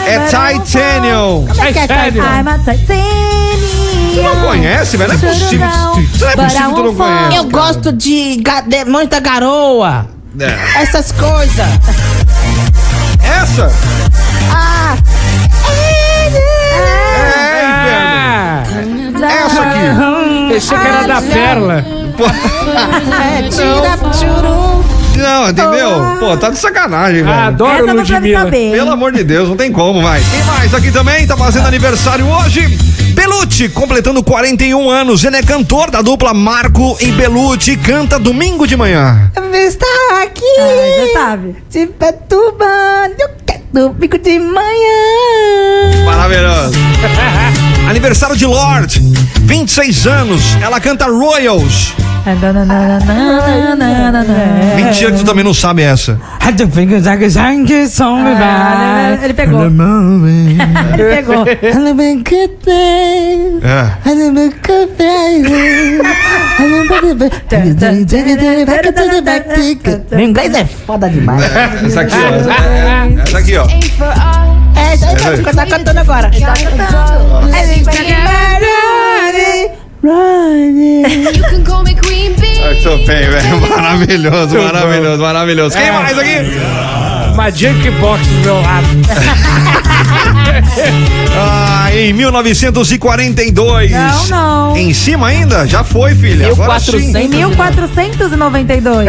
S2: É Titanium.
S10: Como é que é, Caio?
S5: I'm a
S2: Tu
S5: Titanium.
S2: não conhece, velho? Não é possível. Não é possível que tu não conhece.
S10: Eu gosto de ga- demônio da garoa.
S2: É.
S10: Essas coisas.
S2: Essa?
S10: Ah.
S2: É, inferno. Essa aqui.
S7: Pensei Uhum. que
S5: Ah,
S7: era da Perla.
S10: É, tira, tchuru.
S2: Não, entendeu? Pô, tá de sacanagem, velho.
S7: Ah, adoro
S5: Essa você vai
S7: Ludmilla.
S5: saber.
S2: Pelo amor de Deus, não tem como, vai. Quem mais aqui também tá fazendo aniversário hoje? Belucci, completando 41 anos. Ele é cantor da dupla Marco e Belucci. e Canta domingo de manhã.
S10: Está
S5: Você
S10: aqui.
S5: sabe.
S10: Te perturbando. Eu quero bico de manhã.
S7: *laughs*
S2: Maravilhoso. Aniversário de Lorde, 26 anos. Ela canta Royals.
S5: É,
S2: Mentira que tu também não sabe essa.
S5: Ele pegou. Ele pegou.
S2: É.
S10: Meu inglês é foda demais.
S2: Essa aqui, ó. Essa, é- essa aqui, ó.
S10: É, essa aí que eu tá cantando agora.
S2: Ai, tô bem, velho. *laughs* Maravilhoso, maravilhoso, maravilhoso. Quem
S7: É.
S2: mais aqui?
S7: Uma jukebox do meu lado.
S2: Ah, em 1942.
S5: Não, não.
S2: Em cima ainda? Já foi,
S5: É.
S2: filha. Agora sim.
S8: 1400.
S5: Em 1492.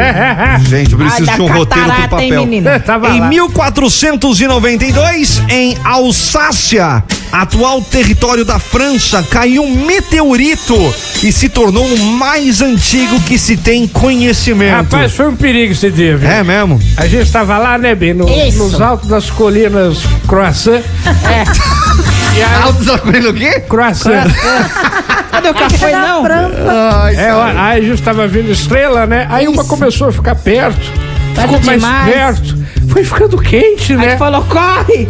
S2: Gente, eu preciso
S10: Ai,
S2: de um
S10: dá
S2: roteiro pro
S10: catarata, hein,
S2: papel.
S10: menino?
S7: É, tava
S2: Em
S7: lá.
S2: 1492, em Alsácia, atual território da França, caiu um meteorito e se tornou o mais antigo que se tem conhecimento.
S7: Rapaz, foi um perigo esse dia, viu?
S2: é mesmo?
S7: A gente tava lá, né, Bem? No-
S10: Isso.
S7: nos altos das colinas Croissant.
S2: Tá Alto da Coelho o quê?
S7: Croissant.
S10: Cadê o café,
S5: Da
S10: não?
S5: França.
S7: É, ó, aí a gente tava vindo estrela, né? Aí uma começou a ficar perto, ficou mais
S10: demais.
S7: perto. Foi ficando quente,
S10: Aí
S7: né?
S10: tu falou, corre!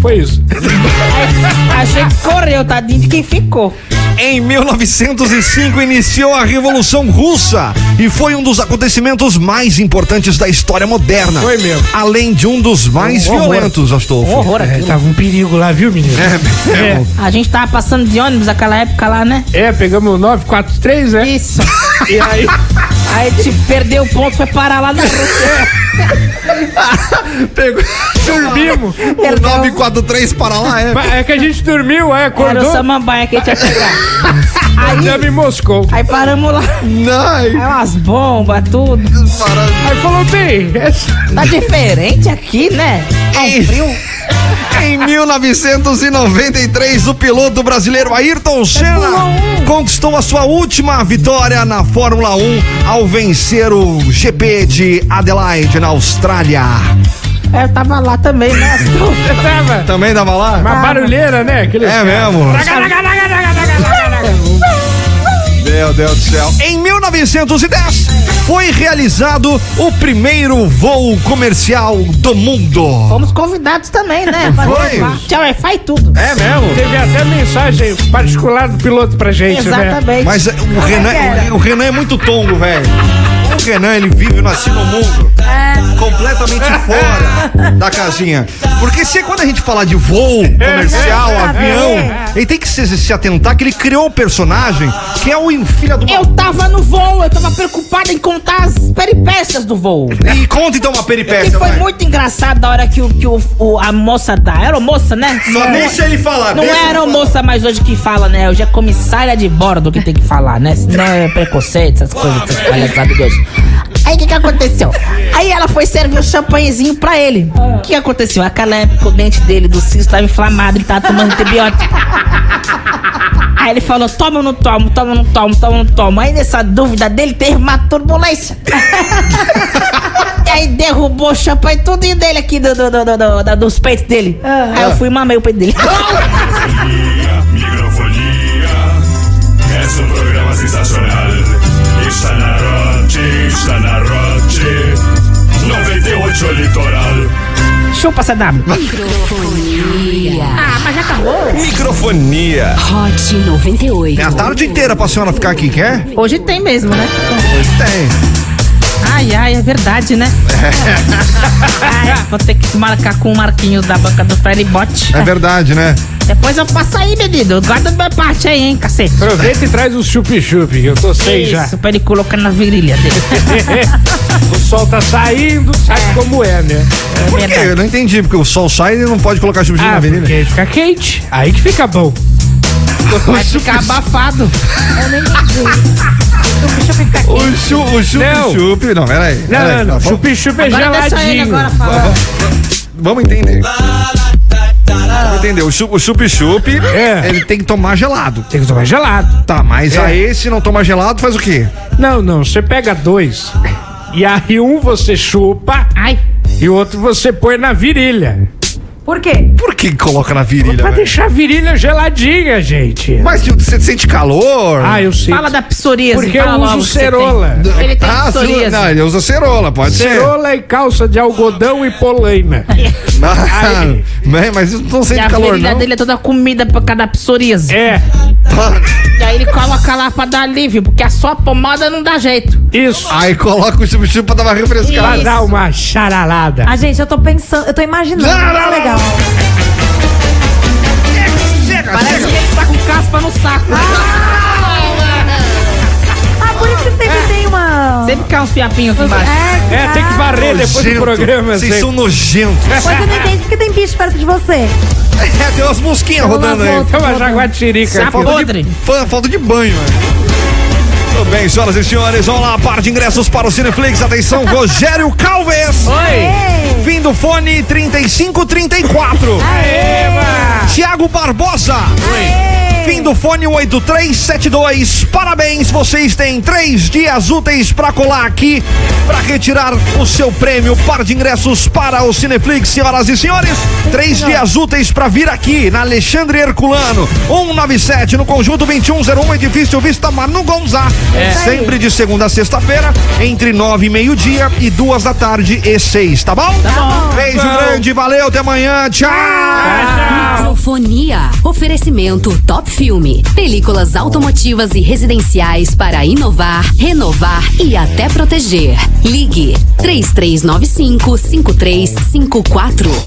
S7: Foi isso.
S15: *laughs*
S10: Achei que correu, tadinho de quem ficou.
S2: Em 1905 iniciou a Revolução Russa e foi um dos acontecimentos mais importantes da história moderna.
S7: Foi mesmo.
S2: Além de um dos mais
S7: Um horror.
S2: violentos, Astolfo.
S10: Horror
S7: É,
S10: aquilo.
S7: tava um perigo lá, viu, menino? É,
S10: A gente tava passando de ônibus aquela época lá, né?
S7: é, pegamos o 943, né?
S2: *laughs*
S10: Isso.
S7: E aí,
S10: Aí te perdeu o ponto, foi parar lá na é.
S2: *laughs* Pegou
S7: dormimos.
S2: o 943 para lá, é.
S7: Mas É que a gente dormiu, aí
S10: Era o
S7: acordou,
S10: samambaia que a gente ia
S7: *laughs*
S10: pegar.
S7: já em Moscou.
S10: Aí paramos lá.
S2: Ai,
S10: Aí umas bombas, tudo.
S2: maravilha.
S7: Aí falou, bem, é essa-
S10: Tá diferente aqui, né? É um frio.
S2: Em 1993, o piloto brasileiro Ayrton
S10: É
S2: Senna conquistou a sua última vitória na Fórmula 1 ao vencer o GP de Adelaide na Austrália.
S10: É, Eu tava lá também, né? Astolfo?
S7: Você tava.
S2: Também dava lá?
S7: Uma barulheira, né? Aquele
S2: É mesmo. Meu Deus do céu. Em 1910 foi realizado o primeiro voo comercial do mundo.
S10: Fomos convidados também, né? Pra
S2: Foi?
S10: levar. Tinha Wi-Fi e tudo.
S2: É mesmo?
S7: Teve até mensagem particular do piloto pra gente, né?
S10: Exatamente.
S2: Mas eh, o Renan, o Renan é muito tongo, velho. O Renan, ele vive nasce no mundo.
S10: É.
S2: Completamente
S10: *laughs*
S2: fora da casinha. Porque se quando a gente falar de voo comercial,
S5: É.
S2: avião,
S5: É.
S2: ele tem que se, se atentar que ele criou um personagem que é o in- filho do.
S10: Eu tava no voo, eu tava preocupada em contar as peripécias do voo.
S2: E conta então uma
S10: E
S2: peripécia,
S10: foi
S2: vai.
S10: muito engraçado a hora que, o, que o, o- a moça da. Era moça, né?
S8: É.
S2: Só deixa ele falar.
S10: Não
S2: deixa ele
S10: era
S2: falar.
S10: moça mais hoje que fala, né? Hoje é comissária de bordo que tem que falar, né? Senão é preconceito, essas coisas, essas palhaçadas de hoje. Aí o que, que aconteceu? Aí ela foi servir o champanhezinho pra ele.
S15: Ah.
S10: O que, que aconteceu? Aquela época o dente dele, do cisto, tava inflamado, ele tava tomando antibiótico. Aí ele falou: toma ou não tomo, toma ou
S15: *laughs*
S10: não tomo, toma ou não tomo. Aí nessa dúvida dele teve uma turbulência.
S15: aí derrubou o champanhe tudinho dele aqui, do, do, do, do, do- da- dos peitos dele. Aí eu fui e mamei o peito dele.
S13: Microfonia, microfonia. Es un programa sensacional. Está na Roche, está na Roche. 98 Litoral.
S15: Chupa, CW.
S1: Microfonia. Ah, mas já acabou?
S2: Microfonia.
S1: Hot 98.
S2: É a tarde inteira pra senhora ficar aqui, quer?
S15: Hoje tem mesmo, né?
S2: Hoje *laughs* tem.
S15: Ai, ai, é verdade, né?
S7: *laughs*
S15: Ai, vou ter que se marcar com o Marquinhos da banca do Feribot.
S2: É verdade, né?
S15: Depois eu passo aí, menino. Guarda minha parte aí, hein, cacete.
S7: Aproveita e traz os chup-chup, que eu tô sem
S15: Isso,
S7: já.
S15: pra ele colocar na virilha dele.
S7: *laughs* o sol tá saindo, sabe como é, né?
S2: Por quê? Eu não entendi, porque o sol sai e não pode colocar chuva na
S7: Ah,
S2: avenida.
S7: porque fica quente. Aí que fica bom.
S15: Vai ficar abafado. Eu nem
S2: *laughs*
S15: entendi.
S2: O chu- o chup-chup. Não, peraí.
S7: Não,
S2: peraí. Tá
S7: não, não.
S2: Vamos-
S7: Chup-chup é
S15: Agora deixa ele
S7: geladinho.
S15: agora falar.
S2: Vamos entender. Vamos entender. O chu- o chup-chup,
S7: É.
S2: ele tem que tomar gelado.
S7: Tem que tomar gelado.
S2: Tá, mas
S7: É.
S2: aí se não tomar gelado, faz o quê?
S7: Não, não, você pega dois. E aí um você chupa.
S15: Ai.
S7: E o outro você põe na virilha.
S5: Por quê?
S2: Por que coloca na virilha?
S7: Pra
S2: velho?
S7: deixar a virilha geladinha, gente.
S2: Mas tio, você sente calor?
S7: Ah, eu sei.
S15: Fala da psoríase.
S7: Porque
S15: fala
S7: eu
S15: logo
S7: uso
S15: que você
S7: cerola.
S15: tem. Ele tem
S2: Ah,
S15: psoríase.
S2: sim, não, ele usa cerola, pode ser.
S7: Cerola e calça de algodão e polaina.
S2: *laughs* Ah, né, *laughs* mas isso não
S15: E
S2: sente
S15: a
S2: calor,
S15: virilha
S2: não.
S15: dele é toda comida por causa da psoríase.
S7: É,
S15: E aí ele coloca lá pra dar alívio, porque a sua pomada não dá jeito.
S7: isso.
S2: Aí coloca o chup-chup pra dar uma
S7: Pra
S2: refrescada.
S7: dar uma charalada.
S5: Ah, gente, eu tô pensando, eu tô imaginando.
S2: Não,
S5: tá
S2: não,
S5: legal.
S2: Chega,
S15: Parece
S2: chega.
S15: que ele tá com caspa no saco. Ah,
S5: Ah, por isso que sempre tem uma.
S15: É. Sempre cai uns fiapinhos aqui embaixo.
S5: É,
S7: É, tem que varrer depois do
S2: Nojento.
S7: programa.
S2: Vocês
S7: assim.
S2: são nojentos.
S5: Mas você não entende porque tem bicho perto de você.
S2: *laughs* É, tem umas mosquinhas
S5: Tem umas
S2: rodando aí.
S7: É uma jaguatirica.
S15: Sapo podre.
S2: Fã, falta de banho, velho. Tudo bem, senhoras e senhores, vamos lá, par de ingressos para o Cineflix. Atenção, Rogério Calves.
S7: Oi.
S5: Ei,
S2: Fim do fone 3534.
S7: Eba.
S2: Tiago Barbosa. Fim do fone 8372. Parabéns, vocês têm três dias úteis para colar aqui para retirar o seu prêmio. Par de ingressos para o Cineflix, senhoras e senhores. Três dias úteis para vir aqui na Alexandre Herculano, 197, no conjunto 2101, edifício Vista Manu Gonzá. Sempre de segunda a sexta-feira, entre nove e meio-dia e duas da tarde e seis, tá bom? Tá bom. Beijo grande, valeu, até amanhã. Tchau.
S1: Microfonia. Oferecimento Top Filme. Películas automotivas e residenciais para inovar, renovar e até proteger. Ligue 3395 5354.